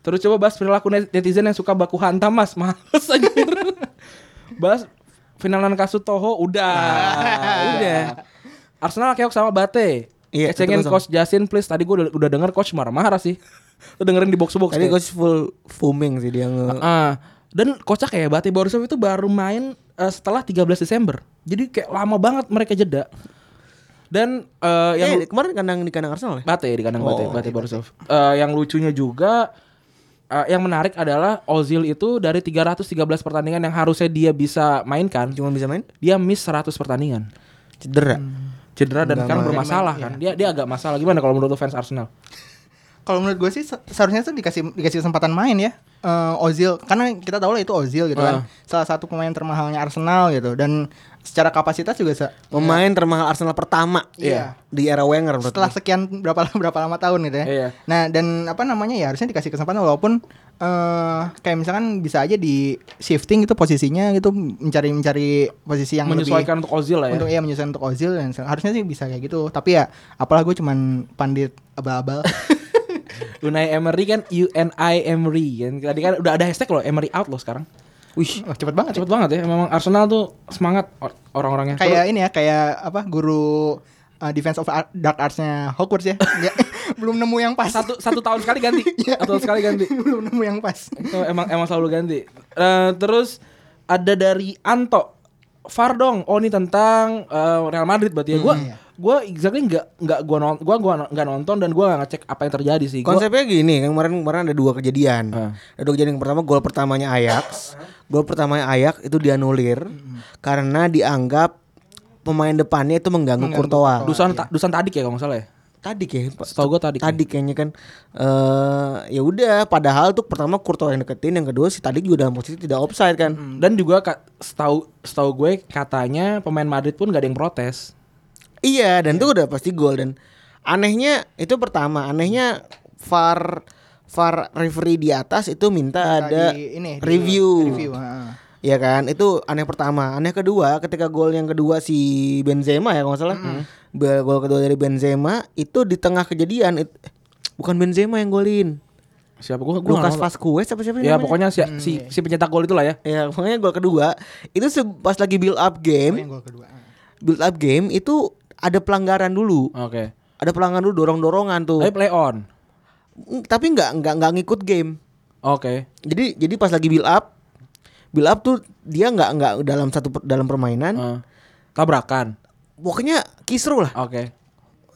Terus coba bahas perilaku net- netizen yang suka baku hantam mas Males aja Bahas finalan kasus Toho udah Udah Arsenal keok sama Bate
Ah. Iya,
Kecengin
1-0.
Coach Justin please Tadi gue udah, udah denger Coach marah-marah sih Tuh dengerin di box-box
Tadi coach full foaming sih dia nge
Ah, dan kocak ya Bate Borisov itu baru main eh, setelah 13 Desember. Jadi kayak lama banget mereka jeda. Dan eh, yang
Eh, kemarin kandang di kandang Arsenal ya?
Bate di kandang Bate,
Oh,
Bate Borisov. Eh, yang lucunya juga eh, yang menarik adalah Ozil itu dari 313 pertandingan yang harusnya dia bisa mainkan,
Cuma bisa main
dia miss 100 pertandingan.
cedera.
Cedera dan
Nggak
sekarang
main.
bermasalah kan. Dia dia agak masalah gimana kalau menurut lu fans Arsenal?
Kalau menurut gue sih se- seharusnya tuh dikasih dikasih kesempatan main ya. Eh, Ozil karena kita tahu lah itu Ozil gitu kan.
Ah.
Salah satu pemain termahalnya Arsenal gitu dan secara kapasitas juga se-
Pemain termahal Arsenal pertama
Iya.
di era Wenger menurut
setelah
gue.
sekian berapa lama berapa lama tahun gitu ya.
Iya.
Nah, dan apa namanya ya harusnya dikasih kesempatan walaupun eh kayak misalkan bisa aja di shifting itu posisinya gitu mencari mencari posisi yang
Menyesuaikan untuk Ozil lah
lebih,
ya.
untuk ya menyesuaikan untuk Ozil dan se- harusnya sih bisa kayak gitu. Tapi ya apalah gue cuman pandit abal-abal.
Unai Emery kan UNI Emery kan. Tadi kan udah ada hashtag loh Emery out loh sekarang.
Wih,
Wah, cepet banget. ya.
Cepet banget ya, memang Arsenal tuh semangat or- orang-orangnya.
Kayak ini ya, kayak apa guru uh, Defense of Ar- Dark Arts-nya Hogwarts ya. Nggak- belum nemu yang pas. Iya.
Terus satu satu tahun sekali ganti, satu tahun sekali ganti.
belum nemu yang pas.
Tuh, Oh, Emang emang selalu ganti. Eh, terus ada dari Anto Fardong, oh ini tentang eh, Real Madrid berarti ya. Gua gua exactly nggak nggak gua non, gua gua nggak nonton dan gua nggak ngecek apa yang terjadi sih. Gua,
konsepnya gini, kan kemarin kemarin ada dua kejadian.
Ah.
Ada dua kejadian yang pertama gol pertamanya Ajax. Gol pertamanya Ajax itu dianulir karena dianggap pemain depannya itu mengganggu, Courtois. Dus-
Dusan Ta- Dusan Tadik ya kalau nggak salah ya.
Tadi kayak oh, Pak.
Setahu gua Tadik.
Tadi kayaknya kan eh ya udah padahal tuh pertama Courtois yang deketin, yang kedua si Tadi juga dalam posisi tidak offside kan.
Dan juga ka- setahu setahu gue katanya pemain Madrid pun nggak ada yang protes.
Iya, dan itu udah pasti gol dan anehnya itu pertama, anehnya VAR VAR referee di atas itu minta ada
Tadi ini di-
review.
Review, ah, heeh.
Iya kan? Itu aneh pertama. Aneh kedua ketika gol yang kedua si Benzema ya kalau nggak salah. Be- Gol kedua dari Benzema itu di tengah kejadian it- eh, bukan Benzema yang golin.
Siapa Oh, gua? gua
Lukas
nggak tahu.
Vasquez apa siapa
Ya
namanya?
pokoknya si, si, si pencetak gol itulah ya.
Ya, pokoknya gol kedua itu se- pas lagi build up
Yang
game,
gol kedua. ah.
build up game itu ada pelanggaran dulu.
Oke.
Ada pelanggaran dulu dorong-dorongan tuh.
Tapi play on.
Mm, Tapi nggak nggak nggak ngikut game.
Oke.
Jadi jadi pas lagi build up build up tuh dia nggak nggak dalam satu per- dalam permainan.
Eh, tabrakan.
Pokoknya kisru lah.
Oke.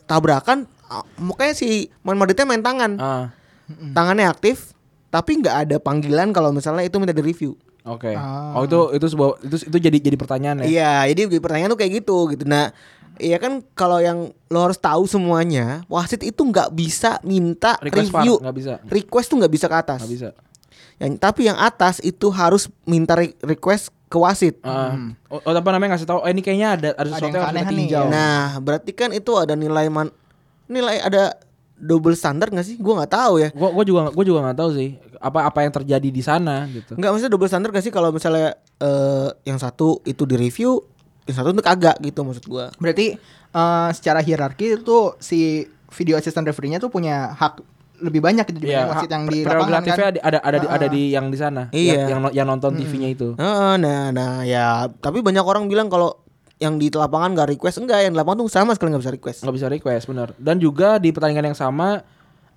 Tabrakan ah, makanya si Man Madridnya main tangan.
Ah,
Tangannya aktif tapi nggak ada panggilan kalau misalnya itu minta di review.
Oke.
Ah.
Oh itu itu sebuah itu itu jadi jadi pertanyaan ya.
Iya, jadi pertanyaan tuh kayak gitu gitu. Nah, iya kan kalau yang lo harus tahu semuanya, wasit itu nggak bisa minta
Request VAR,
review,
nggak bisa.
request tuh nggak bisa ke atas.
Nggak bisa.
Yang tapi yang atas itu harus minta re- request ke wasit.
Ah, oh, oh, apa namanya ngasih tahu? Eh, ini kayaknya ada ada
Hmm. yang
sesuatu yang harus kita
keanehan nih,
tinjau.
ya.
Nah, berarti kan itu ada nilai man, nilai ada double standar nggak sih? Gua nggak tahu ya.
Gua, gua juga gua juga nggak tahu sih apa apa yang terjadi di sana gitu.
Nggak maksudnya double standar nggak sih kalau misalnya eh, yang satu itu di review, yang satu itu kagak gitu maksud gua.
Berarti eh, secara hierarki itu si video assistant referee-nya tuh punya hak lebih banyak gitu dibanding wasit yang di lapangan kan.
Iya.
Hmm.
prerogatifnya ada ada ada di, ada di yang di sana.
Iya.
Yang, yang yang nonton TV-nya itu.
Heeh, nah, nah ya tapi banyak orang bilang kalau yang di lapangan nggak request enggak yang di lapangan tuh sama sekali nggak bisa request.
nggak bisa request benar dan juga di pertandingan yang sama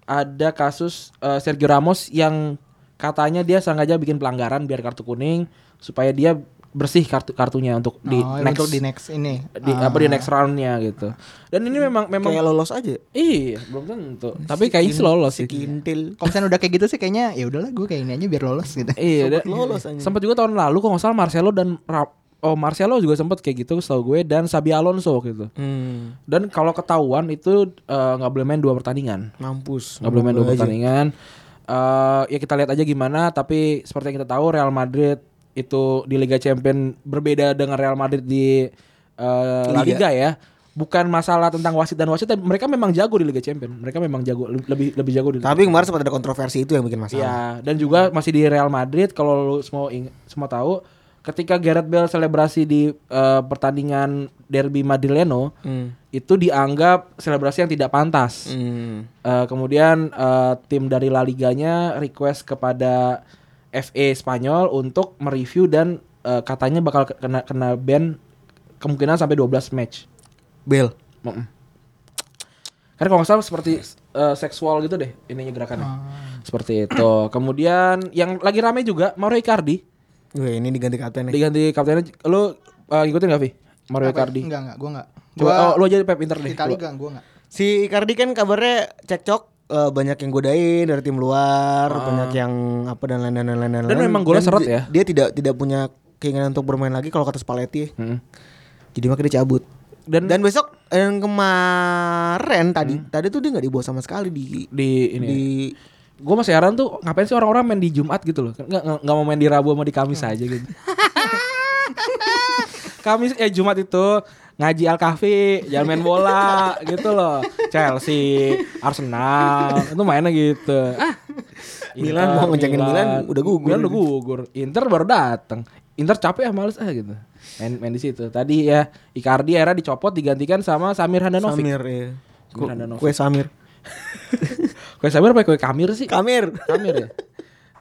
ada kasus eh, Sergio Ramos yang katanya dia sengaja bikin pelanggaran biar kartu kuning supaya dia bersih kartu kartunya untuk di
Oh,
next
untuk
di,
di next ini. Ah.
apa di next roundnya gitu dan ini memang memang
Ah. Kayak lolos aja.
iya belum tentu tapi kayaknya sih lolos sih
Kintil.
Kalau misalnya udah kayak gitu sih kayaknya ya udahlah gue kayak ini aja biar lolos gitu.
iya dan-
lolos aja.
sempat juga tahun lalu kok nggak salah Marcelo dan Ra- oh Marcelo juga sempat kayak gitu setahu gue dan Sabi Alonso gitu
Hmm,
dan kalau ketahuan itu eh, nggak boleh main dua pertandingan
mampus.
nggak boleh main dua
Aja.
pertandingan. Eh, ya kita lihat aja gimana. Tapi seperti yang kita tahu Real Madrid itu di Liga Champion berbeda dengan Real Madrid di eh, La Liga ya. Bukan masalah tentang wasit dan wasit, tapi mereka memang jago di Liga Champion. Mereka memang jago lebih lebih jago di. Liga
Tapi kemarin sempat ada kontroversi itu yang bikin masalah.
Iya, dan juga masih di Real Madrid kalau lu semua ing- semua tahu ketika Gareth Bale selebrasi di eh, pertandingan Derby Madrileno itu dianggap selebrasi yang tidak pantas.
Hmm.
Eh, kemudian eh, tim dari La Liganya request kepada FA Spanyol untuk mereview dan eh, katanya bakal ke- kena kena ban kemungkinan sampai 12 match.
Bel.
Mm-mm. Karena kalau nggak salah seperti eh, seksual gitu deh ininya gerakannya. Seperti itu. Kemudian yang lagi rame juga Mauro Icardi
Wih, ini diganti kapten nih.
diganti kaptennya. Lu eh, ngikutin gak Vi? Mauro
Apa ya?
Icardi.
Enggak enggak, gue enggak.
Coba
Gua-
oh, lu aja di Pep Inter deh.
Italia
Lu-
enggak, gue enggak.
Si Icardi kan kabarnya cekcok eh, banyak yang godain dari tim luar, banyak yang apa dan lain-lain Ah. dan lain-lain.
Dan memang golnya seret
di-
ya.
Dia tidak tidak punya keinginan untuk bermain lagi kalau kata Spalletti.
Mm-mm.
Jadi makanya dia cabut.
Dan,
Hmm. Dan besok yang kemarin tadi tadi tuh dia nggak dibawa sama sekali di ya.
di ini
di
gue masih heran tuh ngapain sih orang-orang main di Jumat gitu loh nggak nggak- nggak mau main di Rabu sama di Kamis aja gitu Kamis eh Jumat itu ngaji al kahfi jangan main bola gitu loh Chelsea Arsenal itu mainnya gitu ah
Milan mau ngejengin Milan, udah gugur.
Milan udah gugur Inter baru datang Inter capek ya males ah gitu main main di situ tadi ya Icardi era dicopot digantikan sama Samir Handanovic
Samir ya. Ku-
Samir Handanovic.
Kue Samir.
kue Samir apa ya? kue Kamir sih
Kamir.
Amir ya.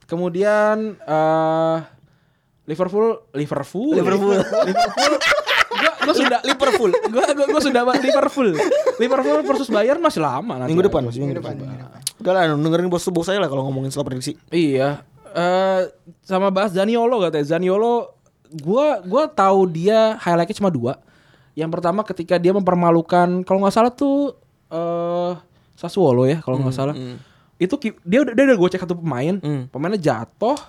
Kemudian eh Liverpool, Liverpool, Liverpool, Liverpool. Gua, gua sudah Liverpool. Gua, gua, gua sudah bahas Liverpool. Liverpool versus Bayern masih lama nanti.
Minggu depan masih minggu depan. Udah lah dengerin bos bos saya lah kalau ngomongin soal prediksi.
Iya. Eh sama bahas Zaniolo katanya. Zaniolo gua gua tahu dia highlightnya cuma dua. Yang pertama ketika dia mempermalukan kalau nggak salah tuh eh Sassuolo ya kalau nggak salah. Itu ki- dia udah dia udah gocek satu pemain, pemainnya jatuh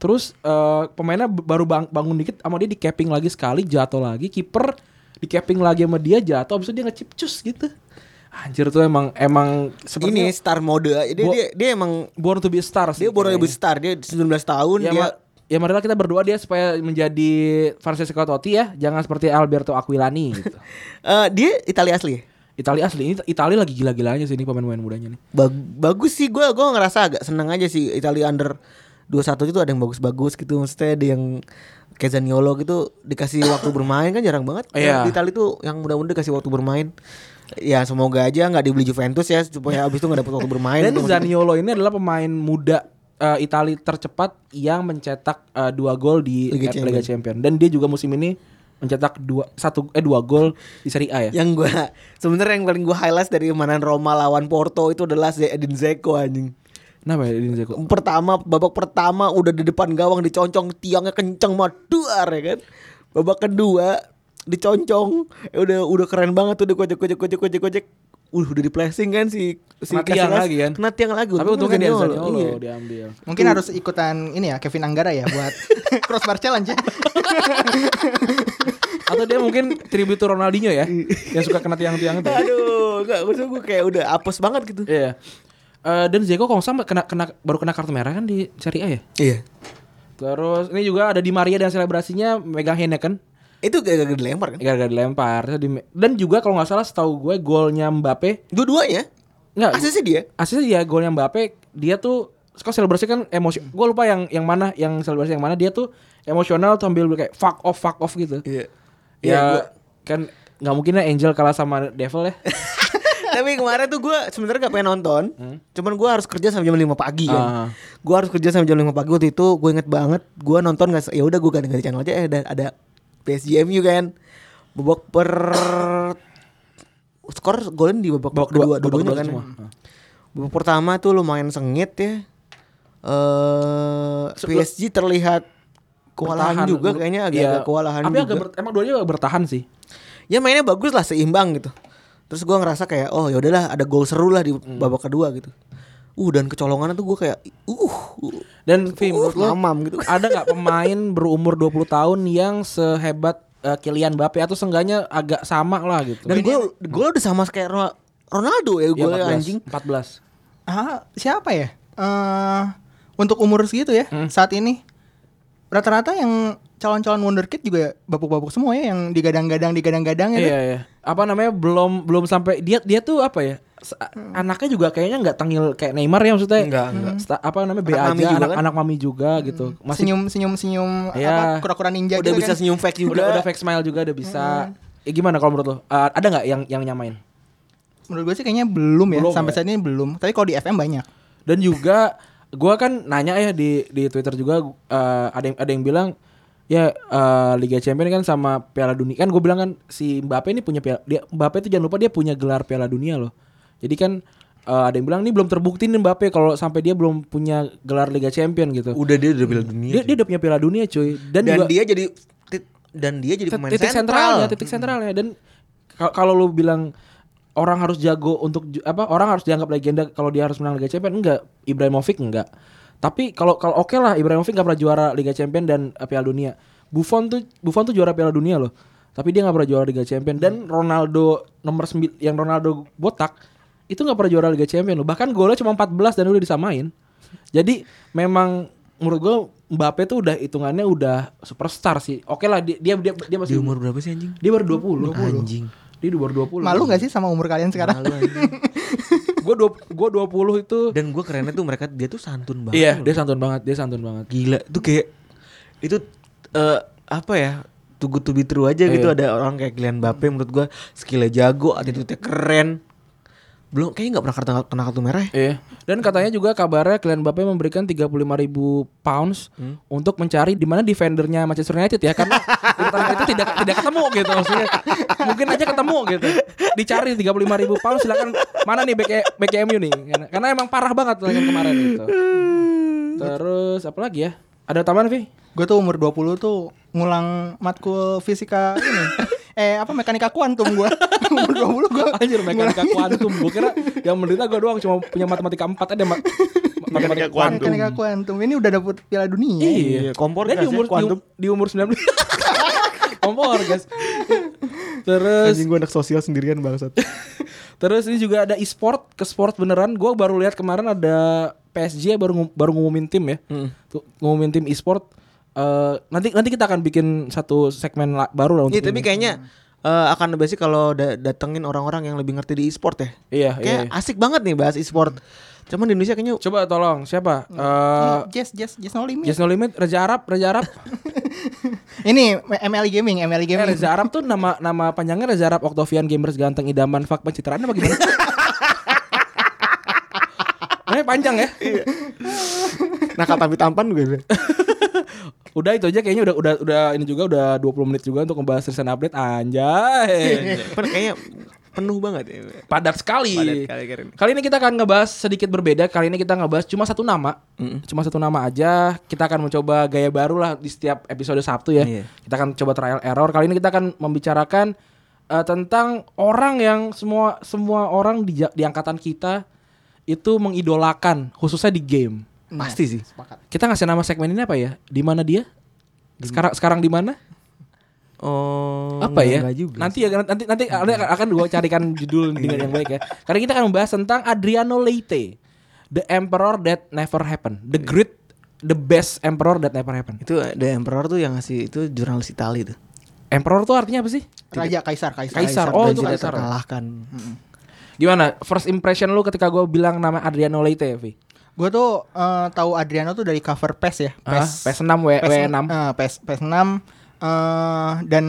terus eh pemainnya b- baru bang- bangun dikit sama dia di capping lagi sekali, jatuh lagi kiper di capping lagi sama dia jatuh habis itu dia ngecipcus gitu. Anjir tuh emang emang
Ini
sepertinya
star mode. Dia
Gua-
dia, dia emang
born to be a star sih.
dia baru
kayaknya.
ibu star. Dia 19 tahun
Ya,
dia
ma- ya marilah kita berdoa dia supaya menjadi Francesco Totti ya, jangan seperti Alberto Aquilani gitu.
Eh, dia Italia asli.
Italia asli, ini Italia lagi gila-gilanya sih ini pemain-pemain mudanya nih.
Bag- bagus sih gua gua ngerasa agak seneng aja sih Italia under 21 itu ada yang bagus-bagus gitu maksudnya ada yang Kezaniolo gitu dikasih waktu bermain kan jarang banget.
Iya.
Di Itali tuh yang mudah-mudahan dikasih waktu bermain. Ya semoga aja nggak dibeli Juventus ya supaya abis itu nggak dapat waktu bermain.
Dan
Itu maksudnya.
Zaniolo ini adalah pemain muda eh, Itali tercepat yang mencetak eh, dua gol di Liga
Liga
Champions. Liga Champion. Dan dia juga musim ini mencetak dua satu eh dua gol di Serie A ya.
yang gua sebenarnya yang paling gua highlight dari kemarin Roma lawan Porto itu adalah Edin Zeko anjing.
Kenapa ya Edin Dzeko?
Pertama babak pertama udah di depan gawang diconcong tiangnya kenceng banget duar ya kan. Babak kedua diconcong ya udah udah keren banget tuh dikocek kocek kocek kocek kocek. Uh, udah di placing kan si si
Kena tiang
Casillas.
lagi kan?
Kena tiang lagi.
Tapi untungnya dia
Zaniolo.
Zaniolo
Iya.
diambil.
Mungkin harus ikutan ini ya Kevin Anggara ya buat crossbar challenge ya.
Atau dia mungkin tribute to Ronaldinho ya yang suka kena tiang-tiang itu.
Aduh, enggak maksud gue kayak udah apes banget gitu.
Iya. Eh, dan Zeko kalau nggak salah kena, kena baru kena kartu merah kan di Serie A ya.
Iya.
Terus ini juga ada di Maria dan selebrasinya megang Heineken
Itu gara-gara dilempar kan?
gara-gara dilempar. Terus di- Dan juga kalau nggak salah setahu gue golnya Mbappe
Dua-duanya.
Nggak.
Asisnya dia.
aslinya dia golnya Mbappe dia tuh kok selebrasi kan emosi gue lupa yang yang mana yang selebrasi yang mana dia tuh emosional tuh ambil kayak fuck off fuck off gitu
Iya.
ya
Iya, gua-
kan nggak mungkin ya Angel kalah sama Devil ya
Tapi kemarin tuh gue sebenarnya gak pengen nonton. Cuman gue harus kerja sampai jam 5 pagi
Hmm. Ah.
kan. Gue harus kerja sampai jam 5 pagi waktu itu gue inget banget gue nonton gak ya udah gue ganti-ganti channel aja eh ada, ada PSGMU kan. Babak per skor golin di babak,
Babak
kedua
dua- babak
dua-duanya
kedua
kan.
semua.
Babak pertama tuh lumayan sengit ya. Eh PSG terlihat kewalahan
Bertahan.
juga kayaknya agak-agak
Iya.
kewalahan
tapi
juga.
agak ber- emang duanya bertahan sih
ya mainnya bagus lah seimbang gitu terus gua ngerasa kayak oh ya udahlah ada gol seru lah di babak kedua gitu uh dan kecolongan tuh gua kayak uh, uh.
dan Fi,
Uh,
menurut lo
mamam gitu.
ada nggak pemain berumur 20 tahun yang sehebat eh, Kylian Mbappe atau seenggaknya agak sama lah gitu
dan gua gua udah sama kayak Ro- Ronaldo
Ya,
ya gua
14,
anjing
14
Ah, siapa ya? Eh untuk umur segitu ya
Hmm.
saat ini rata-rata yang calon-calon wonderkid juga babuk-babuk semua ya yang digadang-gadang digadang-gadang ya.
Iya
kan?
iya. Apa namanya belum belum sampai dia dia tuh apa ya? s- a-
Hmm.
Anaknya juga kayaknya nggak tangil kayak Neymar ya maksudnya.
Enggak, enggak.
Sta- apa namanya B
Anak
aja
mami juga
anak,
kan?
anak mami juga gitu. Masih
Senyum senyum senyum
Iya.
apa kura-kura ninja
Ya, udah
gitu
bisa
kan.
senyum fake juga Hmm.
udah udah fake smile juga udah bisa. Eh, gimana kalau menurut lo? Eh, ada nggak yang yang nyamain?
Menurut gue sih kayaknya belum ya
Belum
sampai
ya.
saat ini belum. Tapi kalau di FM banyak.
Dan juga gua kan nanya ya di di Twitter juga eh, ada yang ada yang bilang ya eh, Liga Champions kan sama Piala Dunia kan gue bilang kan si Mbappe ini punya piala dia Mbappe itu jangan lupa dia punya gelar Piala Dunia loh. Jadi kan eh, ada yang bilang ini belum terbukti nih Mbappe kalau sampai dia belum punya gelar Liga Champion gitu.
udah dia udah Piala dunia
Dia dia udah punya Piala Dunia cuy dan,
dan
juga
dia jadi tit- dan dia jadi pemain
titik sentralnya, titik sentralnya ya. dan ka- kalau lu bilang orang harus jago untuk ju- apa orang harus dianggap legenda kalau dia harus menang Liga Champions enggak Ibrahimovic enggak tapi kalau kalau oke lah Ibrahimovic nggak pernah juara Liga Champions dan eh, Piala Dunia Buffon tuh Buffon tuh juara Piala Dunia loh tapi dia nggak pernah juara Liga Champions dan Ronaldo nomor 9 yang Ronaldo botak itu nggak pernah juara Liga Champions loh bahkan golnya cuma 14 dan udah disamain jadi memang menurut gue Mbappe tuh udah hitungannya udah superstar sih. Oke lah dia dia dia, dia
di
masih
umur berapa sih anjing
dia baru 20.
anjing
Dia di baru 20.
Malu nggak sih sama umur kalian sekarang?
Malu anjing.
Gue dua, gua 20 itu
dan gue kerennya tuh mereka dia tuh santun banget
Iya, dia santun banget, dia santun banget.
gila tuh kayak itu eh, apa ya too good to be true aja gitu
Iya.
ada orang kayak Kylian Mbappe menurut gua skillnya jago attitude-nya keren belum kayaknya nggak pernah kena, kena kartu merah ya.
Iya. Dan katanya juga kabarnya Kylian Mbappe memberikan 35.000 pounds untuk mencari di mana defendernya Manchester United ya karena di pertandingan itu tidak tidak ketemu gitu maksudnya. Mungkin aja ketemu gitu. Dicari 35.000 pounds silakan mana nih E, BK, BKMU nih karena, karena emang parah banget pertandingan kemarin gitu.
Hmm.
Terus apa lagi ya? Ada tambahan Vi?
Gue tuh umur 20 tuh ngulang matkul fisika ini. eh apa mekanika kuantum gue umur 20 gue
Anjir mekanika kuantum Gue kira yang menderita gue doang Cuma punya matematika 4 Ada ma- matematika
kuantum mekanika kuantum ini udah dapet piala dunia ya?
Iya
kompor
Dan di
gas ya,
umur, di,
kuantum.
di umur 19 Kompor guys Terus
gue anak sosial sendirian bangsat
Terus ini juga ada e-sport Ke sport beneran Gue baru lihat kemarin ada PSG baru ngum- baru ngumumin tim ya
Hmm.
Tuh, Ngumumin tim e-sport Eh, nanti nanti kita akan bikin satu segmen la- baru lah untuk
iya
ini.
tapi kayaknya eh, akan lebih sih kalau da- datengin orang-orang yang lebih ngerti di e-sport ya
iya, iya,
kayak
iya.
asik banget nih bahas e-sport cuman di Indonesia kayaknya
coba tolong siapa Eh
Hmm.
Jazz, jazz, jazz no limit
Just No Limit, Raja Arab, Raja Arab.
Ini ML E Gaming, ML
Eh,
Gaming.
Reza Arab tuh nama nama panjangnya Reza Arab Octavian Gamers Ganteng Idaman Fak Pencitraan apa gimana? Namanya panjang ya.
Nakal tapi tampan gue.
Udah itu aja kayaknya udah udah udah ini juga udah 20 menit juga untuk membahas recent update anjay.
Pen- kayaknya penuh banget ya.
Padat sekali.
Padat sekali, Karin.
Kali ini kita akan ngebahas sedikit berbeda. Kali ini kita ngebahas cuma satu nama, cuma satu nama aja. Kita akan mencoba gaya baru lah di setiap episode Sabtu ya.
Iya.
Kita akan coba trial error. Kali ini kita akan membicarakan eh, tentang orang yang semua semua orang di, ja- di angkatan kita itu mengidolakan, khususnya di game.
Pasti sih.
Kita ngasih nama segmen ini apa ya? Di mana dia? Sekarang sekarang di mana?
Oh,
apa
enggak-
ya?
enggak juga.
Nanti ya nanti nanti nanti akan gue carikan judul dengan yang baik ya. Karena kita akan membahas tentang Adriano Leite, The Emperor That Never Happened, The Great, The Best Emperor That Never Happened.
Itu ada emperor tuh yang ngasih itu jurnalis Itali tuh.
Emperor tuh artinya apa sih?
Raja Kaisar, Kaisar.
Kaisar. Oh,
dan
itu
tidak
Kaisar.
terkalahkan.
Gimana first impression lu ketika gue bilang nama Adriano Leite, Vi?
Gue tuh eh, tahu Adriano tuh dari cover PES ya,
Ah, PES 6 W
PES,
6.
eh, PES, PES 6 eh, dan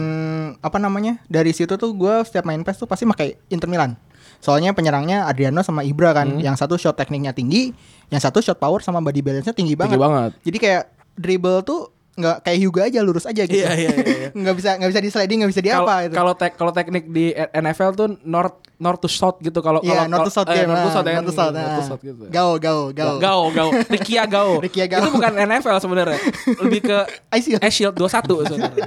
apa namanya? Dari situ tuh gue setiap main PES tuh pasti pakai Inter Milan. Soalnya penyerangnya Adriano sama Ibra
Hmm.
kan. Yang satu shot tekniknya tinggi, yang satu shot power sama body balance-nya tinggi banget.
banget.
Jadi kayak dribble tuh nggak kayak Hyuga aja lurus aja gitu.
Iya, iya, iya, iya.
nggak bisa nggak bisa di sliding, nggak bisa di
Kalau
apa gitu.
kalau tek- kalau teknik di NFL tuh north north to south gitu kalau
Iya,
kalau
not to
kalau-
shot
eh,
game.
north to
ah,
south ya.
not to shot,
North to
ah.
south gitu.
Gao, gao, gao.
Gao, Gao, Rikia Gao.
Rikia Gao.
Itu bukan NFL sebenarnya. Lebih ke
ICL.
eh, Shield 21 sebenarnya.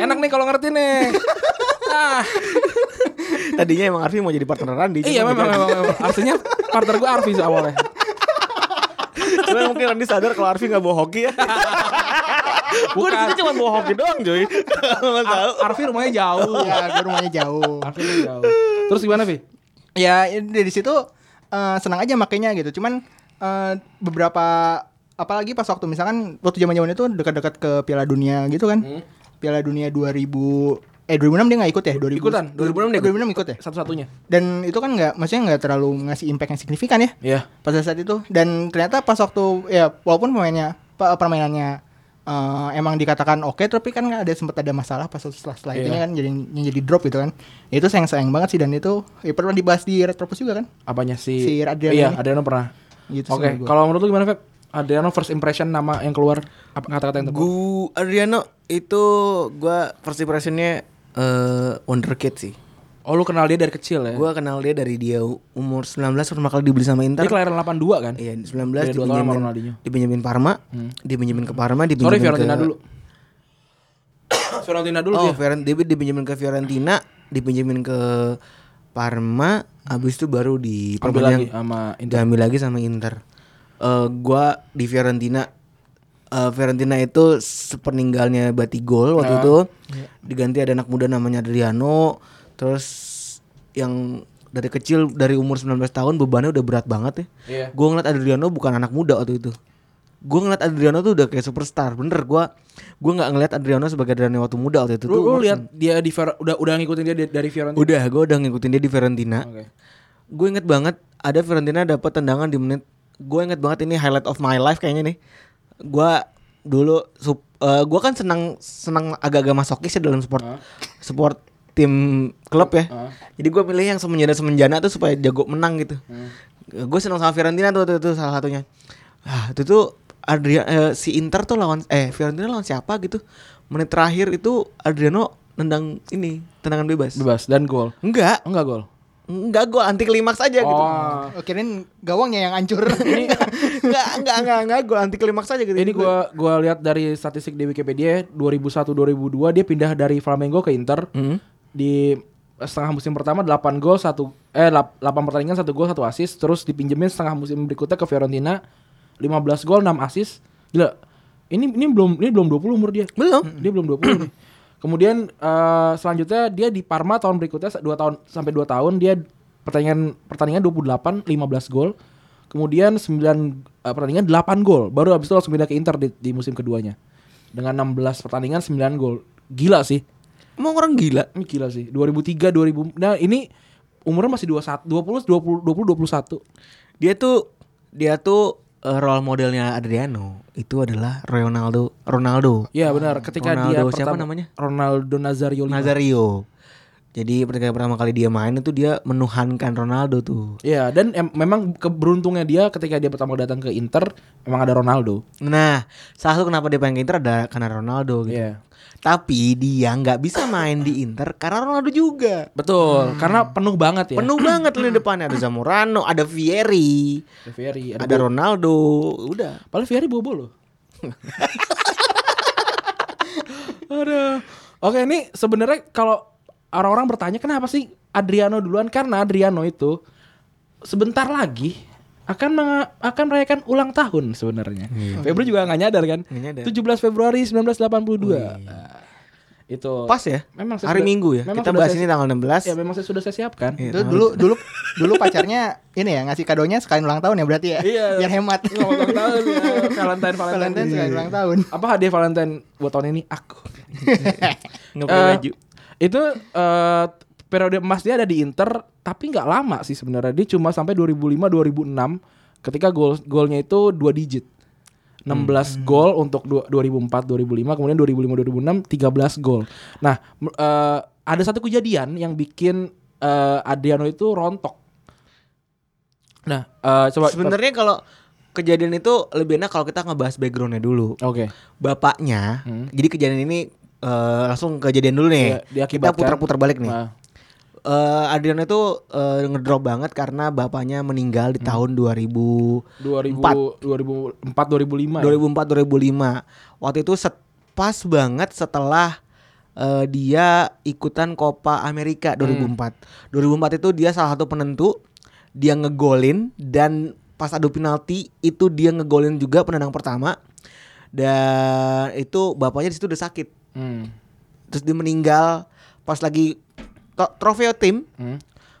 Enak nih kalau ngerti nih. Ah,
Tadinya emang Arfi mau jadi partner Randi.
iya
cuma
memang,
jadi-
memang, memang. Artinya partner gue Arfi sih awalnya.
Cuma mungkin Randi sadar kalau Arfi nggak bawa hoki ya. Gue di sini cuma bawa hoki doang, Joy. Nggak tahu.
Ar- Arfi rumahnya jauh.
Ya, gue rumahnya jauh.
Arfi rumahnya jauh. Terus gimana, Vi?
ya dari situ eh, senang aja makainya gitu cuman eh, beberapa apalagi pas waktu misalkan waktu zaman zaman itu dekat-dekat ke Piala Dunia gitu kan
Hmm.
Piala Dunia 2000 eh 2006 dia nggak ikut ya 2000
Ikutan, 2006 dia ikut.
2006 ikut ya
Satu-satunya.
dan itu kan nggak maksudnya nggak terlalu ngasih impact yang signifikan ya
Iya.
pada saat itu dan ternyata pas waktu ya walaupun pemainnya pe- permainannya eh, emang dikatakan oke tapi kan ada sempat ada masalah pas setelah setelah itunya
Iya.
kan jadi yang jadi drop gitu kan Ya, itu sayang sayang banget sih dan itu ya, pernah dibahas di retropus juga kan
Apanya si
Si Adriano
Iya,
ini.
Adriano pernah.
Gitu
Oke,
sama gua.
kalau menurut lu gimana, Feb? Adriano first impression nama yang keluar apa kata-kata yang tepat?
Gu Adriano itu gua first impressionnya eh wonderkid sih.
Oh, lu kenal dia dari kecil ya?
Gua kenal dia dari dia umur 19 pertama kali dibeli sama Inter.
Dia kelahiran 82 kan?
Iya, 19
Beda dua tahun sama
dipinjemin
Ronaldinho.
dipinjemin Parma, dipinjemin ke Parma, dipinjemin
Sorry
ke
Fiorentina dulu. Fiorentina dulu
Oh,
dia.
Fioren- dia dipinjemin ke Fiorentina, dipinjemin ke Parma, habis itu baru
Ambil
diperpanjang
lagi sama Inter.
diambil lagi sama Inter. Eh gua di Fiorentina eh, Fiorentina itu sepeninggalnya Batigol
Ah.
waktu itu
Iya.
diganti ada anak muda namanya Adriano terus yang dari kecil dari umur 19 tahun bebannya udah berat banget ya.
Iya.
Gua ngeliat Adriano bukan anak muda waktu itu. Gua ngeliat Adriano tuh udah kayak superstar, bener. Gua gua nggak ngeliat Adriano sebagai Adriano waktu muda waktu itu.
Lu,
tuh
lu
umur
lihat dia di Fior- udah udah ngikutin dia di- dari Fiorentina.
Udah, gue udah ngikutin dia di Fiorentina.
Oke.
Gue inget banget ada Fiorentina dapat tendangan di menit. Gue inget banget ini highlight of my life kayaknya nih. Gue dulu sup, eh, gue kan senang senang agak-agak masokis ya dalam sport sport tim klub ya. Jadi gue pilih yang semenjana semenjana tuh supaya jago menang gitu. Gue senang sama Fiorentina tuh itu salah satunya. Ah, itu tuh Adrian eh, si Inter tuh lawan eh Fiorentina lawan siapa gitu. Menit terakhir itu Adriano nendang ini tendangan bebas.
Bebas dan gol. Oh,
Enggak,
Enggak gol.
enggak gue anti klimaks aja gitu.
Oh. ya
Oh, kirain gawangnya yang hancur.
Enggak, enggak, enggak, enggak gue anti klimaks aja gitu.
Ini gua gua lihat dari statistik di Wikipedia 2001 2002 dia pindah dari Flamengo ke Inter. Di setengah musim pertama 8 gol 1 eh lap- 8 pertandingan 1 gol 1 assist terus dipinjemin setengah musim berikutnya ke Fiorentina 15 gol 6 assist. Gila. Ini ini belum ini belum 20 umur dia.
belum.
Dia belum 20 nih. Kemudian eh, selanjutnya dia di Parma tahun berikutnya 2 tahun sampai 2 tahun dia pertandingan pertandingan 28 15 gol. Kemudian 9 eh, pertandingan 8 gol. Baru habis itu langsung pindah ke Inter di, di musim keduanya. Dengan 16 pertandingan 9 gol. Gila sih.
Emang orang gila.
Ini Hmm. gila sih. 2003 2000. Nah, ini umurnya masih 21 20 20 20 21.
Dia tuh dia tuh eh, role modelnya Adriano itu adalah Ronaldo Ronaldo
Iya benar. Ketika dia
Ronaldo,
pertama,
siapa namanya?
Ronaldo Nazario. lima.
Nazario. Jadi ketika pertama kali dia main itu dia menuhankan Ronaldo tuh.
Iya dan em- memang keberuntungnya dia ketika dia pertama datang ke Inter memang ada Ronaldo.
Nah, salah satu kenapa dia pengen ke Inter ada karena Ronaldo gitu.
Iya.
Tapi dia nggak bisa main di Inter karena Ronaldo juga.
Betul. Karena penuh banget ya.
Hmm. Penuh banget lini depannya ada Zamorano, ada Vieri,
Ada Fieri. Ada,
ada,
ada
Ronaldo, udah.
Paling Fieri bobo loh. Aduh. Oke ini sebenarnya kalau orang-orang bertanya kenapa sih Adriano duluan karena Adriano itu sebentar lagi akan menge- akan merayakan ulang tahun sebenarnya. Februari juga nggak nyadar kan?
Iya. Nggak nyadar. Oh, iya.
17 Februari 1982. Nah, itu
Pas ya?
Memang saya
hari
sudah-
Minggu ya.
memang
Kita
sudah
bahas
saya-
ini tanggal 16.
Ya memang saya sudah saya siapkan.
Iya.
Itu dulu dulu dulu pacarnya ini ya ngasih kadonya sekalian ulang tahun ya berarti ya.
Iya.
Biar hemat. Iya.
Nggak ulang tahun ya. Valentine Valentine.
Valentine sekalian ulang tahun.
Apa hadiah Valentine buat tahun ini? Aku.
Nggak
Eh,
pakai baju.
Itu eh, periode emas dia ada di Inter tapi nggak lama sih sebenarnya. Dia cuma sampai 2005 2006 ketika gol golnya itu dua digit.
Hmm.
16 gol untuk du- 2004 2005 kemudian 2005 2006 13 gol. Nah, m- eh, ada satu kejadian yang bikin eh, Adriano itu rontok. Nah, eh, coba
Sebenarnya kalau kejadian itu lebih enak kalau kita ngebahas backgroundnya dulu.
Oke.
Bapaknya, jadi kejadian ini eh, langsung kejadian dulu
Hmm.
nih.
Iya,
kita
diakibatkan-
putar-putar balik nih.
Nah,
Eh Adriano itu eh, ngedrop banget karena bapaknya meninggal
Hmm.
di tahun 2000
2000 2004 2005. ya?
2004 2005. Waktu itu set, pas banget setelah eh, dia ikutan Copa America 2004. 2004 itu dia salah satu penentu, dia ngegolin dan pas adu penalti itu dia ngegolin juga penendang pertama. Dan itu bapaknya di situ udah sakit.
Hmm.
Terus dia meninggal pas lagi to- trofeo tim
Hmm.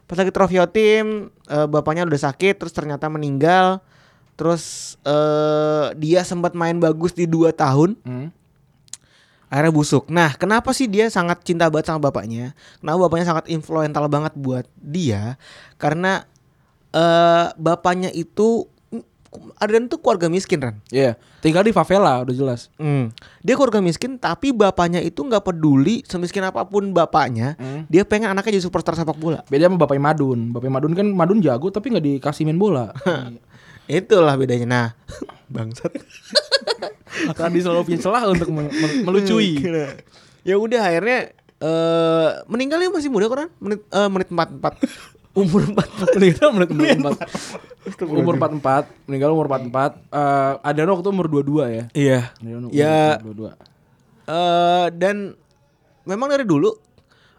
pas lagi trofeo tim eh, bapaknya udah sakit terus ternyata meninggal terus eh, dia sempat main bagus di dua tahun
Hmm.
akhirnya busuk nah kenapa sih dia sangat cinta banget sama bapaknya kenapa bapaknya sangat influential banget buat dia karena eh bapaknya itu Adrian tuh keluarga miskin kan
Iya, tinggal di favela udah jelas.
dia keluarga miskin tapi bapaknya itu nggak peduli semiskin apapun bapaknya dia pengen anaknya jadi superstar sepak bola
Beda sama Bapak Madun. Bapak Madun kan Madun jago tapi nggak dikasih main bola.
itulah bedanya nah bangsat
Randi selalu punya celah untuk mel- mel- melucui.
Kira. Ya udah akhirnya eh meninggalnya masih muda kan menit eh, menit 44 umur 44
Meninggal menit umur 44. Umur 44, meninggal umur 44. Eh ada waktu itu umur 22 ya.
Iya.
Adriano umur
Ya
22.
eh, dan memang dari dulu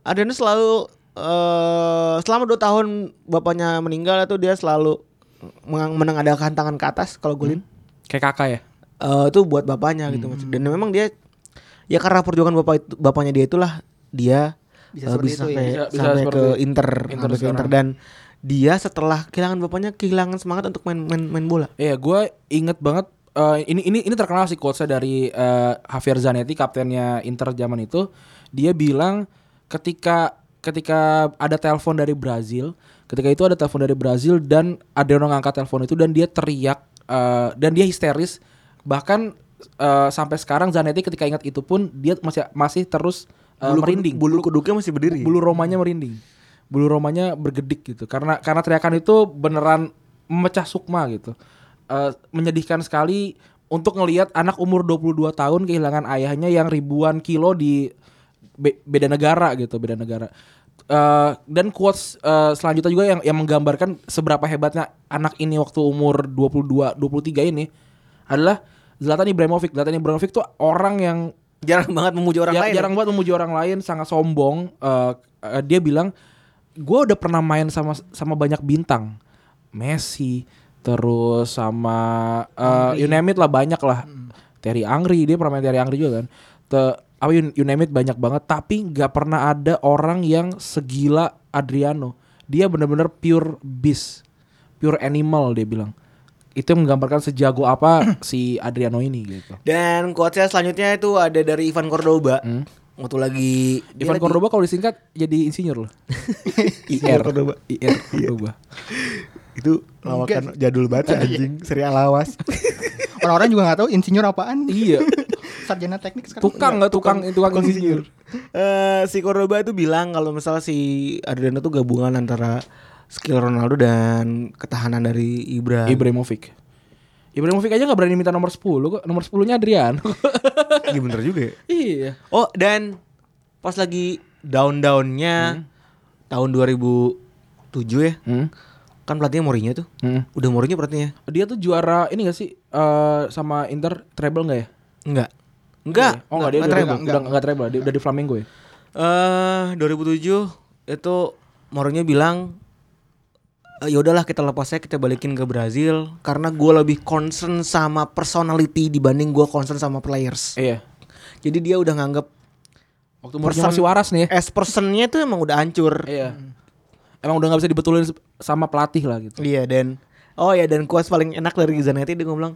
Adriano selalu eh selama 2 tahun bapaknya meninggal itu dia selalu menang- menengadakan tangan ke atas kalau golin.
Kayak kakak ya.
Eh, itu buat bapaknya gitu Mas. Dan memang dia ya karena perjuangan bapak itu, bapaknya dia itulah dia
Bisa
eh,
seperti itu ya.
sampai,
Bisa- bisa
sampai
seperti
ke
itu.
Inter,
Inter
sampai ke
sekarang.
Inter dan dia setelah kehilangan bapaknya kehilangan semangat untuk main main, main bola.
Iya, gue inget banget eh, ini ini ini terkenal sih quotesnya dari eh, Javier Zanetti, kaptennya Inter zaman itu. Dia bilang ketika ketika ada telepon dari Brazil, ketika itu ada telepon dari Brazil dan Adriano ngangkat telepon itu dan dia teriak eh, dan dia histeris bahkan eh, sampai sekarang Zanetti ketika ingat itu pun dia masih masih terus eh,
Bulu kudu-
merinding
bulu kuduknya masih berdiri.
bulu romanya merinding bulu romanya bergedik gitu karena karena teriakan itu beneran memecah sukma gitu Eh, menyedihkan sekali untuk ngelihat anak umur 22 tahun kehilangan ayahnya yang ribuan kilo di be- beda negara gitu beda negara Eh, dan quotes eh, selanjutnya juga yang yang menggambarkan seberapa hebatnya anak ini waktu umur 22 23 ini adalah Zlatan Ibrahimovic. Zlatan Ibrahimovic tuh orang yang
Jarang banget memuji orang
Ya,
lain.
jarang banget memuji orang lain sangat sombong Eh, eh, dia bilang gue udah pernah main sama sama banyak bintang Messi terus sama eh, you name it lah banyak lah
Hmm.
Terry Angri dia pernah main Terry Angri juga kan Te- apa you, you name it banyak banget tapi nggak pernah ada orang yang segila Adriano dia benar-benar pure beast pure animal dia bilang itu yang menggambarkan sejago apa si Adriano ini gitu
Dan quotesnya selanjutnya itu ada dari Ivan Cordoba. Waktu lagi dia
Ivan
lagi-
Cordoba kalau disingkat jadi insinyur loh. IR.
Cordoba.
IR Cordoba.
Itu lawakan jadul banget ya, anjing serial lawas.
Orang-orang juga nggak tahu insinyur apaan.
Iya.
Sarjana teknik sekarang.
Tukang nggak Kan tukang tukang insinyur.
Eh, si Cordoba itu bilang kalau misalnya si Adriano tuh gabungan antara skill Ronaldo dan ketahanan dari Ibra.
Nah. Ibrahimovic. Ibrahimovic aja nggak berani minta nomor 10 kok. Nomor 10-nya Adrian.
Iya bener juga ya.
iya.
Oh dan pas lagi
Hmm.
down-downnya tahun 2007 ya,
Hmm.
kan pelatihnya Mourinho tuh.
Hmm.
Udah Mourinho pelatihnya?
Dia tuh juara ini gak sih eh, sama Inter treble nggak ya?
Enggak. Enggak.
Oh enggak dia udah
treble.
udah udah enggak treble, dia udah di Flamengo ya.
Eh 2007 itu Mourinho bilang "Eh, ya udahlah kita lepas aja kita balikin ke Brazil karena gue lebih concern sama personality dibanding gue concern sama players.
Iya.
Jadi dia udah nganggep eh,
Waktu Mourinho masih waras nih ya.
as personnya tuh emang udah hancur.
Iya. Emang udah nggak bisa dibetulin se- sama pelatih lah gitu.
Iya dan oh ya dan kuas paling enak dari Zanetti dia ngomong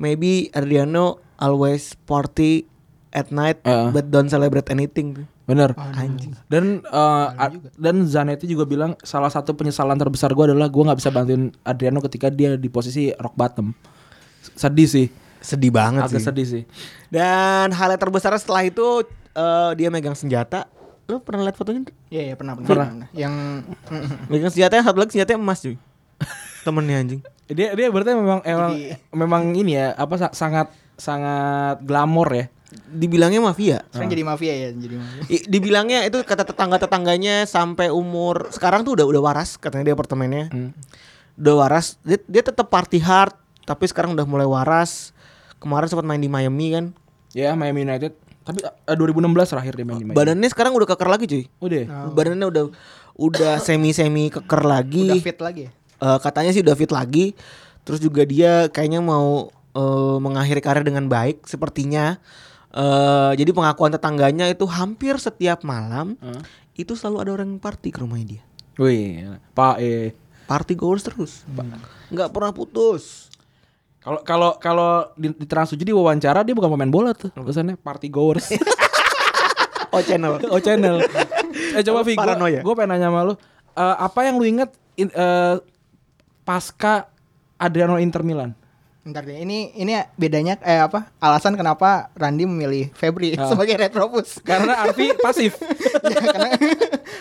maybe Adriano always party at night
Eh.
but don't celebrate anything.
Bener.
Anjing.
Dan eh, a- dan Zanetti juga bilang salah satu penyesalan terbesar gue adalah gue nggak bisa bantuin Adriano ketika dia di posisi rock bottom. S- Sedih sih,
Sedih banget
agak
sih.
sedih sih.
Dan hal yang terbesar setelah itu eh, dia megang senjata. Lo pernah lihat fotonya? nggak?
Iya, iya pernah, pernah. pernah. Yang Mm-mm.
Megang senjata yang satu lagi senjatanya emas cuy. Temennya anjing.
Dia dia berarti memang emang, memang ini ya apa sa- sangat sangat glamor ya.
Dibilangnya mafia.
sekarang jadi mafia ya, jadi mafia.
I- Dibilangnya itu kata tetangga-tetangganya sampai umur sekarang tuh udah udah waras katanya dia apartemennya. Udah waras. Dia, dia tetap party hard tapi sekarang udah mulai waras. Kemarin sempat main di Miami kan.
Ya Miami United. Tapi eh, 2016 terakhir dia main di Miami.
Badannya sekarang udah keker lagi cuy.
Udah.
Oh.
Badannya udah udah semi-semi keker lagi.
Udah fit lagi ya.
Eh, katanya sih udah fit lagi. Terus juga dia kayaknya mau eh, mengakhiri karir dengan baik sepertinya. Eh, jadi pengakuan tetangganya itu hampir setiap malam itu selalu ada orang yang party ke rumahnya dia.
Wih, Pak eh
Party goers terus.
Hmm.
Nggak pernah putus.
kalau kalau kalau di, di Trans Tujuh di wawancara dia bukan pemain bola tuh. Kesannya party goers.
Oh channel.
oh channel. eh coba Vi,
Paranoia.
gue pengen nanya sama lu, eh, apa yang lu inget in- eh, pasca Adriano Inter Milan?
Ntar deh, ini ini bedanya eh apa? Alasan kenapa Randy memilih Febri sebagai retropus.
Karena Arfi pasif.
ya, karena gue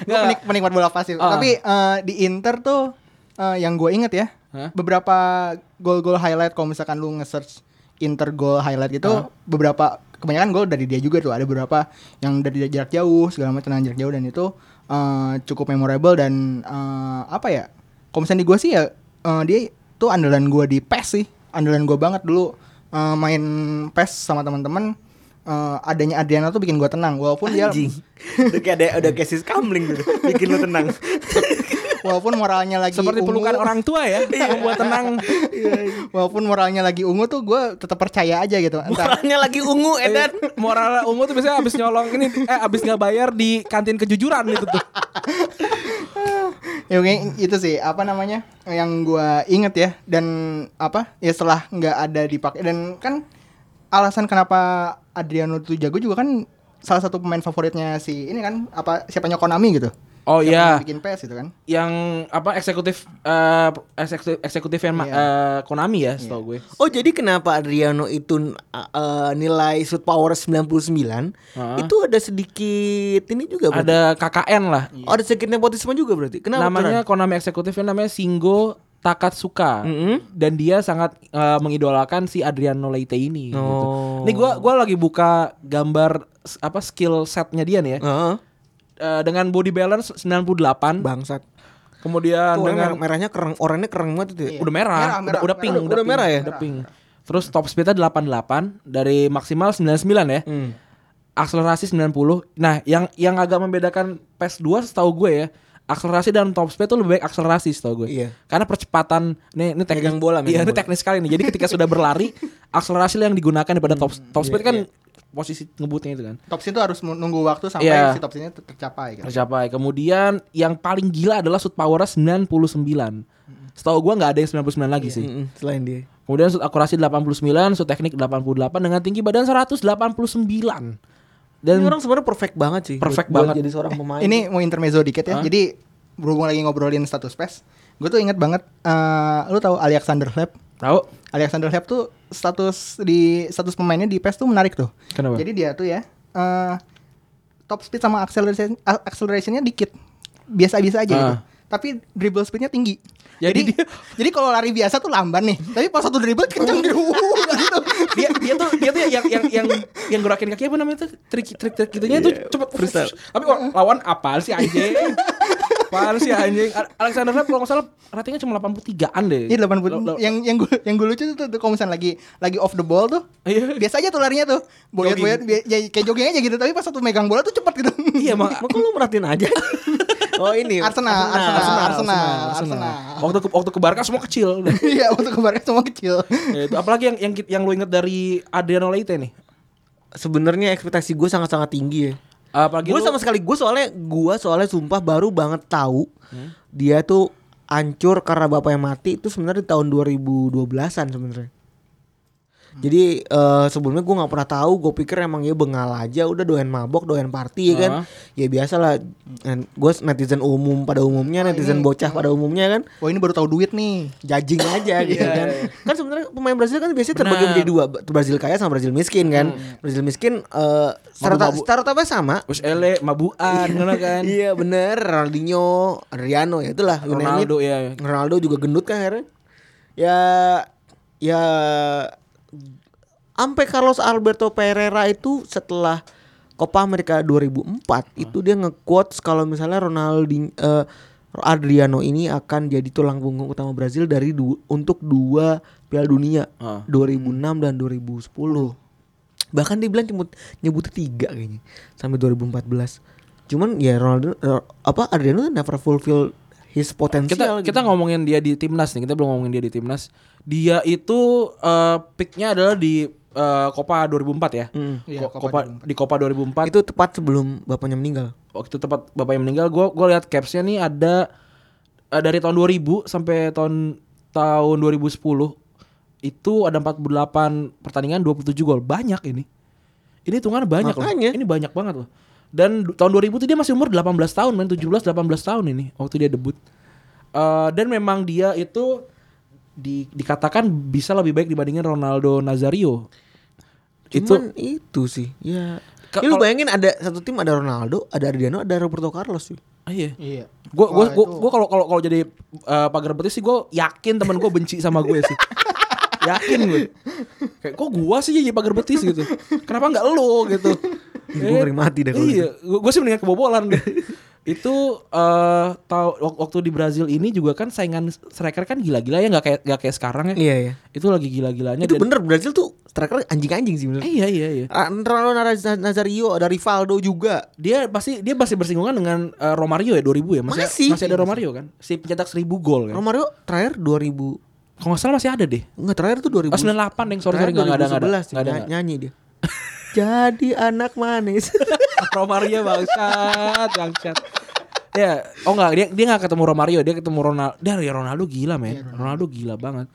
Nggak.
penik, penikmat bola pasif.
Ah.
Tapi eh, di Inter tuh eh, yang gue inget ya,
Hah?
beberapa gol-gol highlight kalau misalkan lu nge-search Inter gol highlight gitu, beberapa kebanyakan gol dari dia juga tuh. Ada beberapa yang dari jarak jauh segala macam nah, jarak jauh dan itu eh, cukup memorable dan eh, apa ya? Kalau misalnya di gue sih ya eh, dia tuh andalan gue di PES sih, andalan gue banget dulu eh, main PES sama teman-teman. eh, adanya Adriana tuh bikin gue tenang, walaupun dia
Anjing. udah kayak ada ada kesis kamling gitu. Bikin lu tenang.
Walaupun moralnya lagi
Seperti
ungu,
pelukan orang tua ya,
Iya.
membuat tenang.
Walaupun moralnya lagi ungu tuh gue tetap percaya aja gitu. Entah
Orangnya lagi ungu Edan.
Moral ungu tuh biasanya abis nyolong ini, eh abis nggak bayar di kantin kejujuran itu tuh.
ya oke, itu sih apa namanya yang gue inget ya dan apa ya setelah nggak ada dipakai dan kan alasan kenapa Adriano tuh jago juga kan salah satu pemain favoritnya si ini kan apa siapanya Konami gitu.
Oh
Siapa
iya,
yang Bikin PES gitu kan.
yang apa eksekutif eh, eksekutif eksekutif yang ma-
Iya.
eh, Konami ya, setahu gue.
Oh jadi kenapa Adriano itu uh, uh, nilai shoot power 99
Heeh.
itu ada sedikit ini juga berarti.
Ada KKN lah.
Oh, ada sedikit nepotisme juga berarti. Kenapa?
namanya Konami eksekutifnya namanya Shingo Takatsuka dan dia sangat eh, mengidolakan si Adriano Leite ini. Gitu.
Oh.
Ini gua gua lagi buka gambar s- apa skill setnya dia nih ya.
Heeh.
Eh, dengan body balance 98,
bangsat.
kemudian
Tuh,
dengan
merah, merahnya kereng, orangnya kereng banget itu ya.
udah merah,
Merah,
udah-
merah,
udah, pink,
merah.
Udah merah ya?
udah pink. Terus top speednya 88 dari maksimal 99 ya.
Hmm.
Akselerasi 90. Nah, yang yang agak membedakan PES 2 setahu gue ya, akselerasi dan top speed tuh lebih baik akselerasi setahu gue.
Iya.
Karena percepatan nih ini teknis
Megang
Iya,
bola, megang
ini
bola.
teknis sekali nih. Jadi ketika sudah berlari, akselerasi lah yang digunakan daripada top
Hmm.
top
Iya,
speed kan posisi ngebutnya itu kan.
Topsin tuh harus menunggu waktu sampai
Iya.
si topsinnya ter- tercapai gitu.
Tercapai. Kemudian yang paling gila adalah shoot power 99.
Hmm.
Setahu gue nggak ada yang 99 lagi sih.
Mm-mm, selain dia.
Kemudian shoot akurasi 89, shoot teknik 88 dengan tinggi badan 189. Dan
Ini orang sebenarnya perfect banget sih.
Perfect
buat- buat
banget.
jadi seorang pemain.
Ini mau intermezzo dikit ya. Jadi berhubung lagi ngobrolin status PES, Gue tuh inget banget eh, lu tahu Alexander Lab?
Tahu?
Alexander Lab tuh status di status pemainnya di PES tuh menarik tuh.
Kenapa?
Jadi dia tuh ya eh, top speed sama acceleration a- accelerationnya dikit, biasa-biasa aja
Ah.
gitu. Tapi dribble speednya tinggi.
Jadi
Jadi jadi, kalau lari biasa tuh lamban nih, tapi pas satu dribble kenceng gitu.
dia dia tuh dia tuh yang yang yang yang gerakin kaki apa namanya tuh trik trik trik gitunya itu cepet freestyle. Tapi kalau lawan apaan sih anjing? apaan sih anjing? A- Alexander Lab kalau nggak salah ratingnya cuma 83-an deh.
Ini 80
Lo- lo-
yang yang gue yang gue lucu tuh, tuh kalau misalnya lagi lagi off the ball tuh.
Iya.
Biasa aja tuh larinya tuh. Boyot-boyot bi- ya, kayak jogging aja gitu, tapi pas satu megang bola tuh cepet gitu.
Iya, emang
Emang kok lu merhatiin aja?
Oh ini
Arsenal, Arsenal, Arsenal, Arsenal,
Waktu ke, waktu ke Barca semua kecil.
Iya, waktu kemarin semua kecil.
Ya, itu. Apalagi yang yang ki- yang lo inget dari Adriano Leite nih.
Sebenarnya ekspektasi gue sangat-sangat tinggi ya.
Apalagi
Gue
lo-
sama sekali gue soalnya gue soalnya sumpah baru banget tahu
Hmm.
dia tuh hancur karena bapaknya mati itu sebenarnya di tahun 2012-an sebenarnya.
Hmm.
Jadi eh, sebelumnya gue nggak pernah tahu, gue pikir emang ya bengal aja, udah doyan mabok, doyan party ya kan,
Ah.
ya biasa lah. Gue netizen umum pada
Oh,
umumnya,
ya.
netizen bocah pada umumnya kan,
Wah, ini baru tahu duit nih.
judging aja gitu
Iya,
kan.
iya.
Kan sebenarnya pemain Brazil kan biasanya terbagi menjadi dua, Brazil kaya sama Brazil miskin kan.
Hmm.
Brazil miskin eh starot
Mabuk-mabuk.
apa sama,
Wes ele mabuan ngono kan.
Iya bener Ronaldinho Adriano ya itulah you name it.
Ronaldo, iya, iya.
Ronaldo juga gendut kan akhirnya Ya Ya Sampai Carlos Alberto Pereira itu setelah Copa America 2004
Hmm.
Itu dia nge-quotes kalau misalnya Ronaldinho eh, Adriano ini akan jadi tulang punggung utama Brazil dari du- untuk dua Piala Dunia
Ah.
2006 dan 2010 bahkan dia bilang nyebut nyebutnya tiga kayaknya sampai 2014 cuman ya Ronaldo Ro- apa Adriano tuh never fulfill his
Kita
potential
kita ngomongin dia di timnas nih. Kita belum ngomongin dia di timnas. Dia itu eh, peaknya adalah di eh, Copa 2004 ya.
Iya,
Ko-
Copa
Copa, di Copa 2004
itu tepat sebelum bapaknya meninggal
waktu tempat bapak yang meninggal gue gue lihat capsnya nih ada eh, dari tahun 2000 sampai tahun tahun 2010 itu ada 48 pertandingan 27 gol banyak ini ini hitungannya banyak
Makanya.
loh ini banyak banget loh dan du- tahun 2000 tuh dia masih umur 18 tahun main 17 18 tahun ini waktu dia debut Eh, dan memang dia itu di- dikatakan bisa lebih baik dibandingin Ronaldo Nazario
cuman itu, sih ya
Ka-
Ya, lu
kalau-
bayangin ada satu tim ada Ronaldo ada Adriano ada Roberto Carlos sih
Ah, iya
Iya.
Gue gue
Wah,
gue
itu-
kalau kalau kalau jadi eh, pagar betis sih gue yakin temen gue benci sama gue sih. yakin gue. Kayak kok gue sih jadi pagar betis gitu. Kenapa nggak lo gitu?
Ih, gua ngeri mati dah kalau gitu.
Iya, gue sih mendingan kebobolan. deh. itu eh tau wak- waktu di Brazil ini juga kan saingan striker kan gila-gila ya nggak kayak nggak kayak sekarang ya.
iya iya
Itu lagi gila-gilanya.
itu
dan-
bener Brazil tuh striker anjing-anjing sih bener
Eh, iya iya iya.
Ah, Ronaldo Naz- Nazario ada Rivaldo juga
Dia pasti dia pasti bersinggungan dengan eh, Romario ya 2000 ya. Masih
Masih.
masih ada Romario kan. Si pencetak 1000 gol kan.
Romario terakhir 2000
Kalau nggak salah masih ada deh.
Enggak terakhir tuh
Oh,
2000
98 Neng. Sorry, sorry,
Terakhir
nggak nggak ada nggak ada
2011 sih,
nggak ada
ny-
nggak
nyanyi dia Jadi anak manis
ada. Romario bangsat bangsat ya oh nggak dia dia nggak ketemu Romario dia ketemu Ronaldo dari Ronaldo gila men Ronaldo. gila banget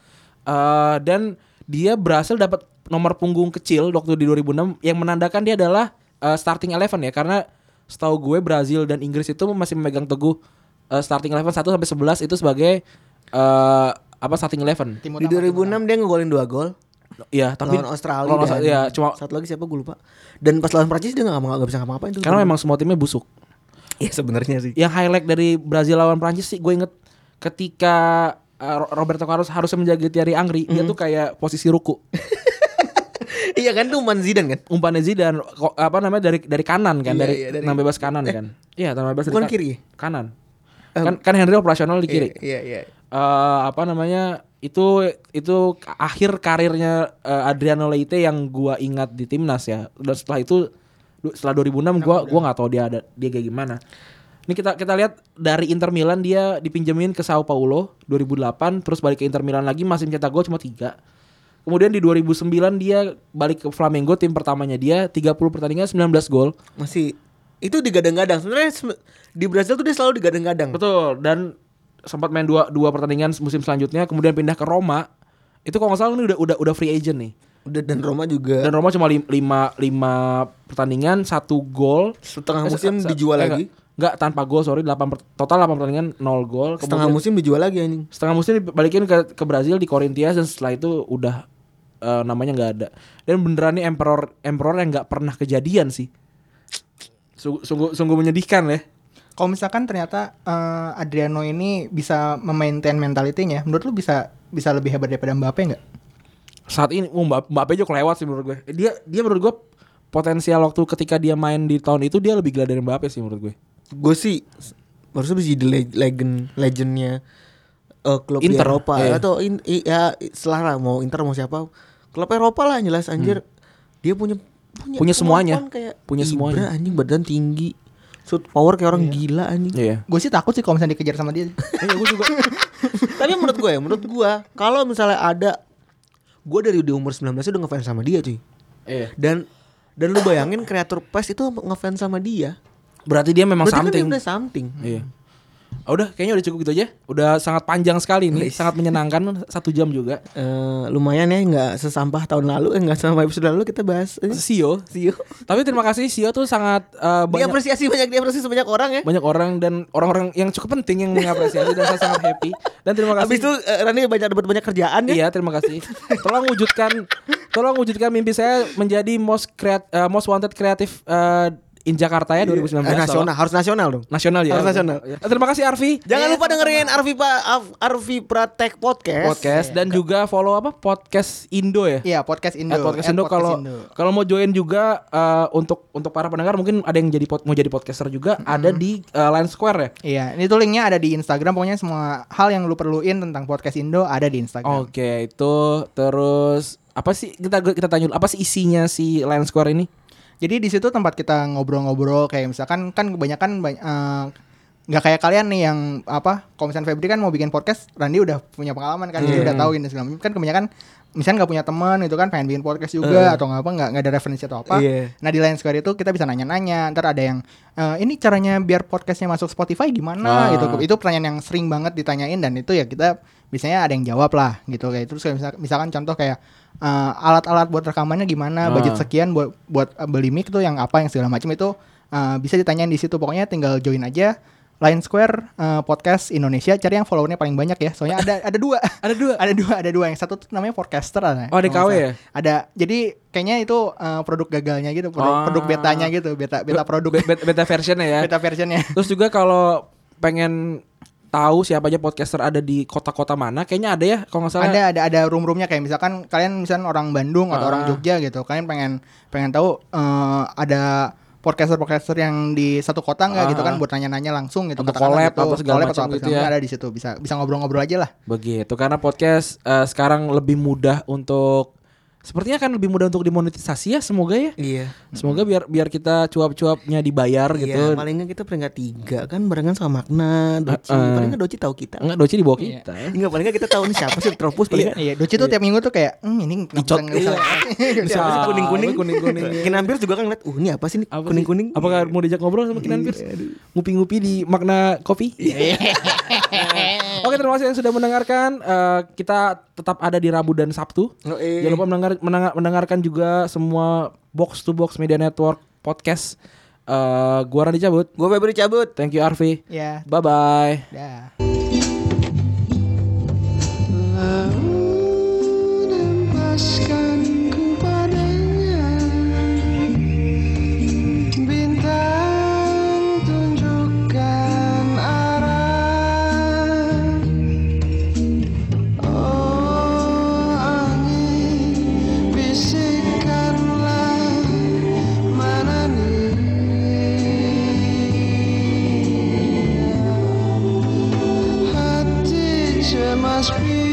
Eh, dan dia berhasil dapat nomor punggung kecil waktu di 2006 yang menandakan dia adalah eh, starting eleven ya karena setahu gue Brazil dan Inggris itu masih memegang teguh eh, starting eleven 1 sampai 11 itu sebagai eh, apa starting eleven
Tim
Di
utama, tim utama.
2006 dia ngegolin 2 gol
Iya tapi
Lawan Australia
lawan Australia, ya, cuma
Satu lagi siapa gue lupa Dan pas lawan Prancis dia gak, nggak nggak bisa ngapa-ngapain tuh
karena memang semua timnya busuk
Iya sebenarnya sih
yang highlight dari Brazil lawan Prancis sih gue inget ketika uh, Ro- Roberto Carlos harusnya menjaga Thierry Angri
Mhm.
dia tuh kayak posisi ruku
Iya kan tuh Man Zidane kan
umpannya Zidane ko- apa namanya dari dari kanan kan
Iya,
dari,
iya, dari-
tenang bebas kanan kan iya tenang bebas dari
bukan
kan-
kiri ya?
kanan kan kan Henry operasional di kiri
Iya iya
Eh, apa namanya itu itu akhir karirnya eh, Adriano Leite yang gua ingat di timnas ya dan setelah itu du- setelah 2006 gua gua nggak tahu dia ada dia kayak gimana ini kita kita lihat dari Inter Milan dia dipinjemin ke Sao Paulo 2008 terus balik ke Inter Milan lagi masih mencetak gol cuma tiga kemudian di 2009 dia balik ke Flamengo tim pertamanya dia 30 pertandingan 19 gol
Masih Itu digadang-gadang sebenarnya sem- di Brazil tuh dia selalu digadang-gadang
Betul. Dan sempat main dua dua pertandingan musim selanjutnya, kemudian pindah ke Roma. Itu kalau nggak salah ini udah udah udah free agent nih.
Udah dan Roma juga
Dan Roma cuma lim- lima, lima pertandingan, satu gol. Eh,
Setengah musim
se- se-
dijual
eh,
lagi
nggak. Enggak tanpa gol sorry 8 per- total 8 pertandingan 0 gol
Setengah
Kemudian-
musim dijual lagi anjing.
setengah musim dibalikin ke ke Brazil di Corinthians dan setelah itu udah eh, namanya nggak ada dan beneran nih emperor emperor yang nggak pernah kejadian sih sungguh sungguh, sungguh menyedihkan ya
Kalau misalkan ternyata eh, Adriano ini bisa memaintain mentalitinya, menurut lu bisa bisa lebih hebat daripada Mbappe nggak?
saat ini oh, Mbak Mbappe juga kelewat sih menurut gue Eh, dia dia menurut gue potensial waktu ketika dia main di tahun itu dia lebih gila dari Mbappe sih menurut gue
Gue sih harusnya bisa jadi le- legend legendnya eh, klub di
Inter,
Eropa
iya.
atau in, i- ya setelah lah, mau Inter mau siapa klub Eropa lah yang jelas anjir dia punya punya,
Hmm. Punya semuanya.
kemampuan kayak
Punya
Ibra,
semuanya.
anjing badan tinggi shoot power kayak orang gila anjing
iya
Gue sih takut sih kalau misalnya dikejar sama dia.
Iya gue juga. Tapi menurut gue ya, menurut gue kalau misalnya ada gue dari di umur 19 udah ngefans sama dia cuy.
Iya.
Dan dan lu bayangin kreator PES itu ngefans sama dia.
berarti dia memang
Berarti kan dia
something
udah something.
iya Ah, udah kayaknya udah cukup gitu aja udah sangat panjang sekali nih sangat menyenangkan satu jam juga
Eh, lumayan ya nggak sesampah tahun lalu eh nggak sama episode lalu kita bahas eh,
Sio
Sio.
tapi terima kasih Sio tuh sangat eh, banyak
Diapresiasi banyak diapresiasi banyak orang ya.
banyak orang dan orang-orang yang cukup penting yang mengapresiasi dan saya sangat happy dan terima kasih
Abis itu eh, Rani banyak dapat banyak kerjaan ya.
iya terima kasih tolong wujudkan tolong wujudkan mimpi saya menjadi most creat- eh, most wanted creative eh, in Jakarta ya 2019
Eh, nasional harus nasional Iya. dong.
nasional ya
Harus nasional.
Eh, terima kasih Arfi
Jangan lupa dengerin Arvi Pak Arvi Pratek Podcast.
podcast dan juga follow apa podcast Indo ya
Iya podcast Indo.
At
At
podcast Indo
Podcast
kalau
Indo.
kalau mau join juga eh, untuk untuk para pendengar mungkin ada yang jadi pod- mau jadi podcaster juga ada di eh, Line Square ya
Iya, ini tuh linknya ada di Instagram. Pokoknya semua hal yang lu perluin tentang podcast Indo ada di Instagram.
Oke, itu terus apa sih kita kita tanya dulu apa sih isinya si Lion Square ini?
Jadi di situ tempat kita ngobrol-ngobrol kayak misalkan kan kebanyakan bany- eh, nggak kayak kalian nih yang apa kalau misalnya Febri kan mau bikin podcast Randy udah punya pengalaman kan jadi
Hmm.
udah tahu ini segala macam kan kebanyakan misalnya nggak punya teman itu kan pengen bikin podcast juga
Hmm.
atau nggak apa nggak nggak ada referensi atau apa
Iya.
nah di Lion Square itu kita bisa nanya-nanya ntar ada yang eh, ini caranya biar podcastnya masuk Spotify gimana
Ah.
gitu itu pertanyaan yang sering banget ditanyain dan itu ya kita biasanya ada yang jawab lah gitu kayak terus kayak misalkan, misalkan contoh kayak eh, alat-alat buat rekamannya gimana
Ah.
budget sekian buat buat eh, beli mic tuh yang apa yang segala macam itu eh, bisa ditanyain di situ pokoknya tinggal join aja Line Square eh, podcast Indonesia cari yang followernya paling banyak ya soalnya ada ada dua
Ada dua.
ada dua ada dua yang satu tuh namanya forecaster ada
Oh, ada
kalau nggak
KW ya?
salah. ada jadi kayaknya itu eh, produk gagalnya gitu produk,
Ah.
produk betanya gitu beta beta produk
Be- be- beta versionnya ya.
beta versionnya
Terus juga kalau pengen tahu siapa aja podcaster ada di kota-kota mana, kayaknya ada ya kalau nggak salah.
ada ada ada room-roomnya kayak misalkan kalian misalkan orang Bandung atau
Ah.
orang Jogja gitu kalian pengen pengen tahu eh, ada podcaster-podcaster yang di satu kota nggak
Ah.
gitu kan buat nanya-nanya langsung gitu
Atau
katakanlah
collab atau segala
collab
macam
apa
gitu
segala
ya.
ada di situ bisa bisa ngobrol-ngobrol aja lah
Begitu karena podcast eh, sekarang lebih mudah untuk sepertinya akan lebih mudah untuk dimonetisasi ya semoga ya.
Iya.
Semoga biar biar kita cuap-cuapnya dibayar gitu.
Iya, paling nggak kita peringkat tiga kan barengan sama Magna, Doci.
Eh, eh.
Paling nggak Doci tahu kita.
Enggak Doci di bawah kita.
Enggak, paling nggak kita tahu nih siapa sih Tropus paling nggak.
iya Doci tuh tiap minggu tuh kayak hmm, ini kenapa
Dicot.
nggak bisa
Bisa
kuning-kuning.
kuning-kuning.
Kinan Pierce juga kan ngeliat, uh ini apa sih nih
Iya, Apa sih?
kuning-kuning?
Apakah mau diajak ngobrol sama Kinan Pierce? Ngupi-ngupi di makna kopi? Oke, terima kasih yang sudah mendengarkan. Eh, kita tetap ada di Rabu dan Sabtu.
Oh, eh.
Jangan lupa mendengar, mendengar- mendengarkan juga semua box to box media network podcast. Eh, gua Randy cabut.
Gue Febri cabut.
Thank you Arfi.
ya
Bye bye.
dah
Must be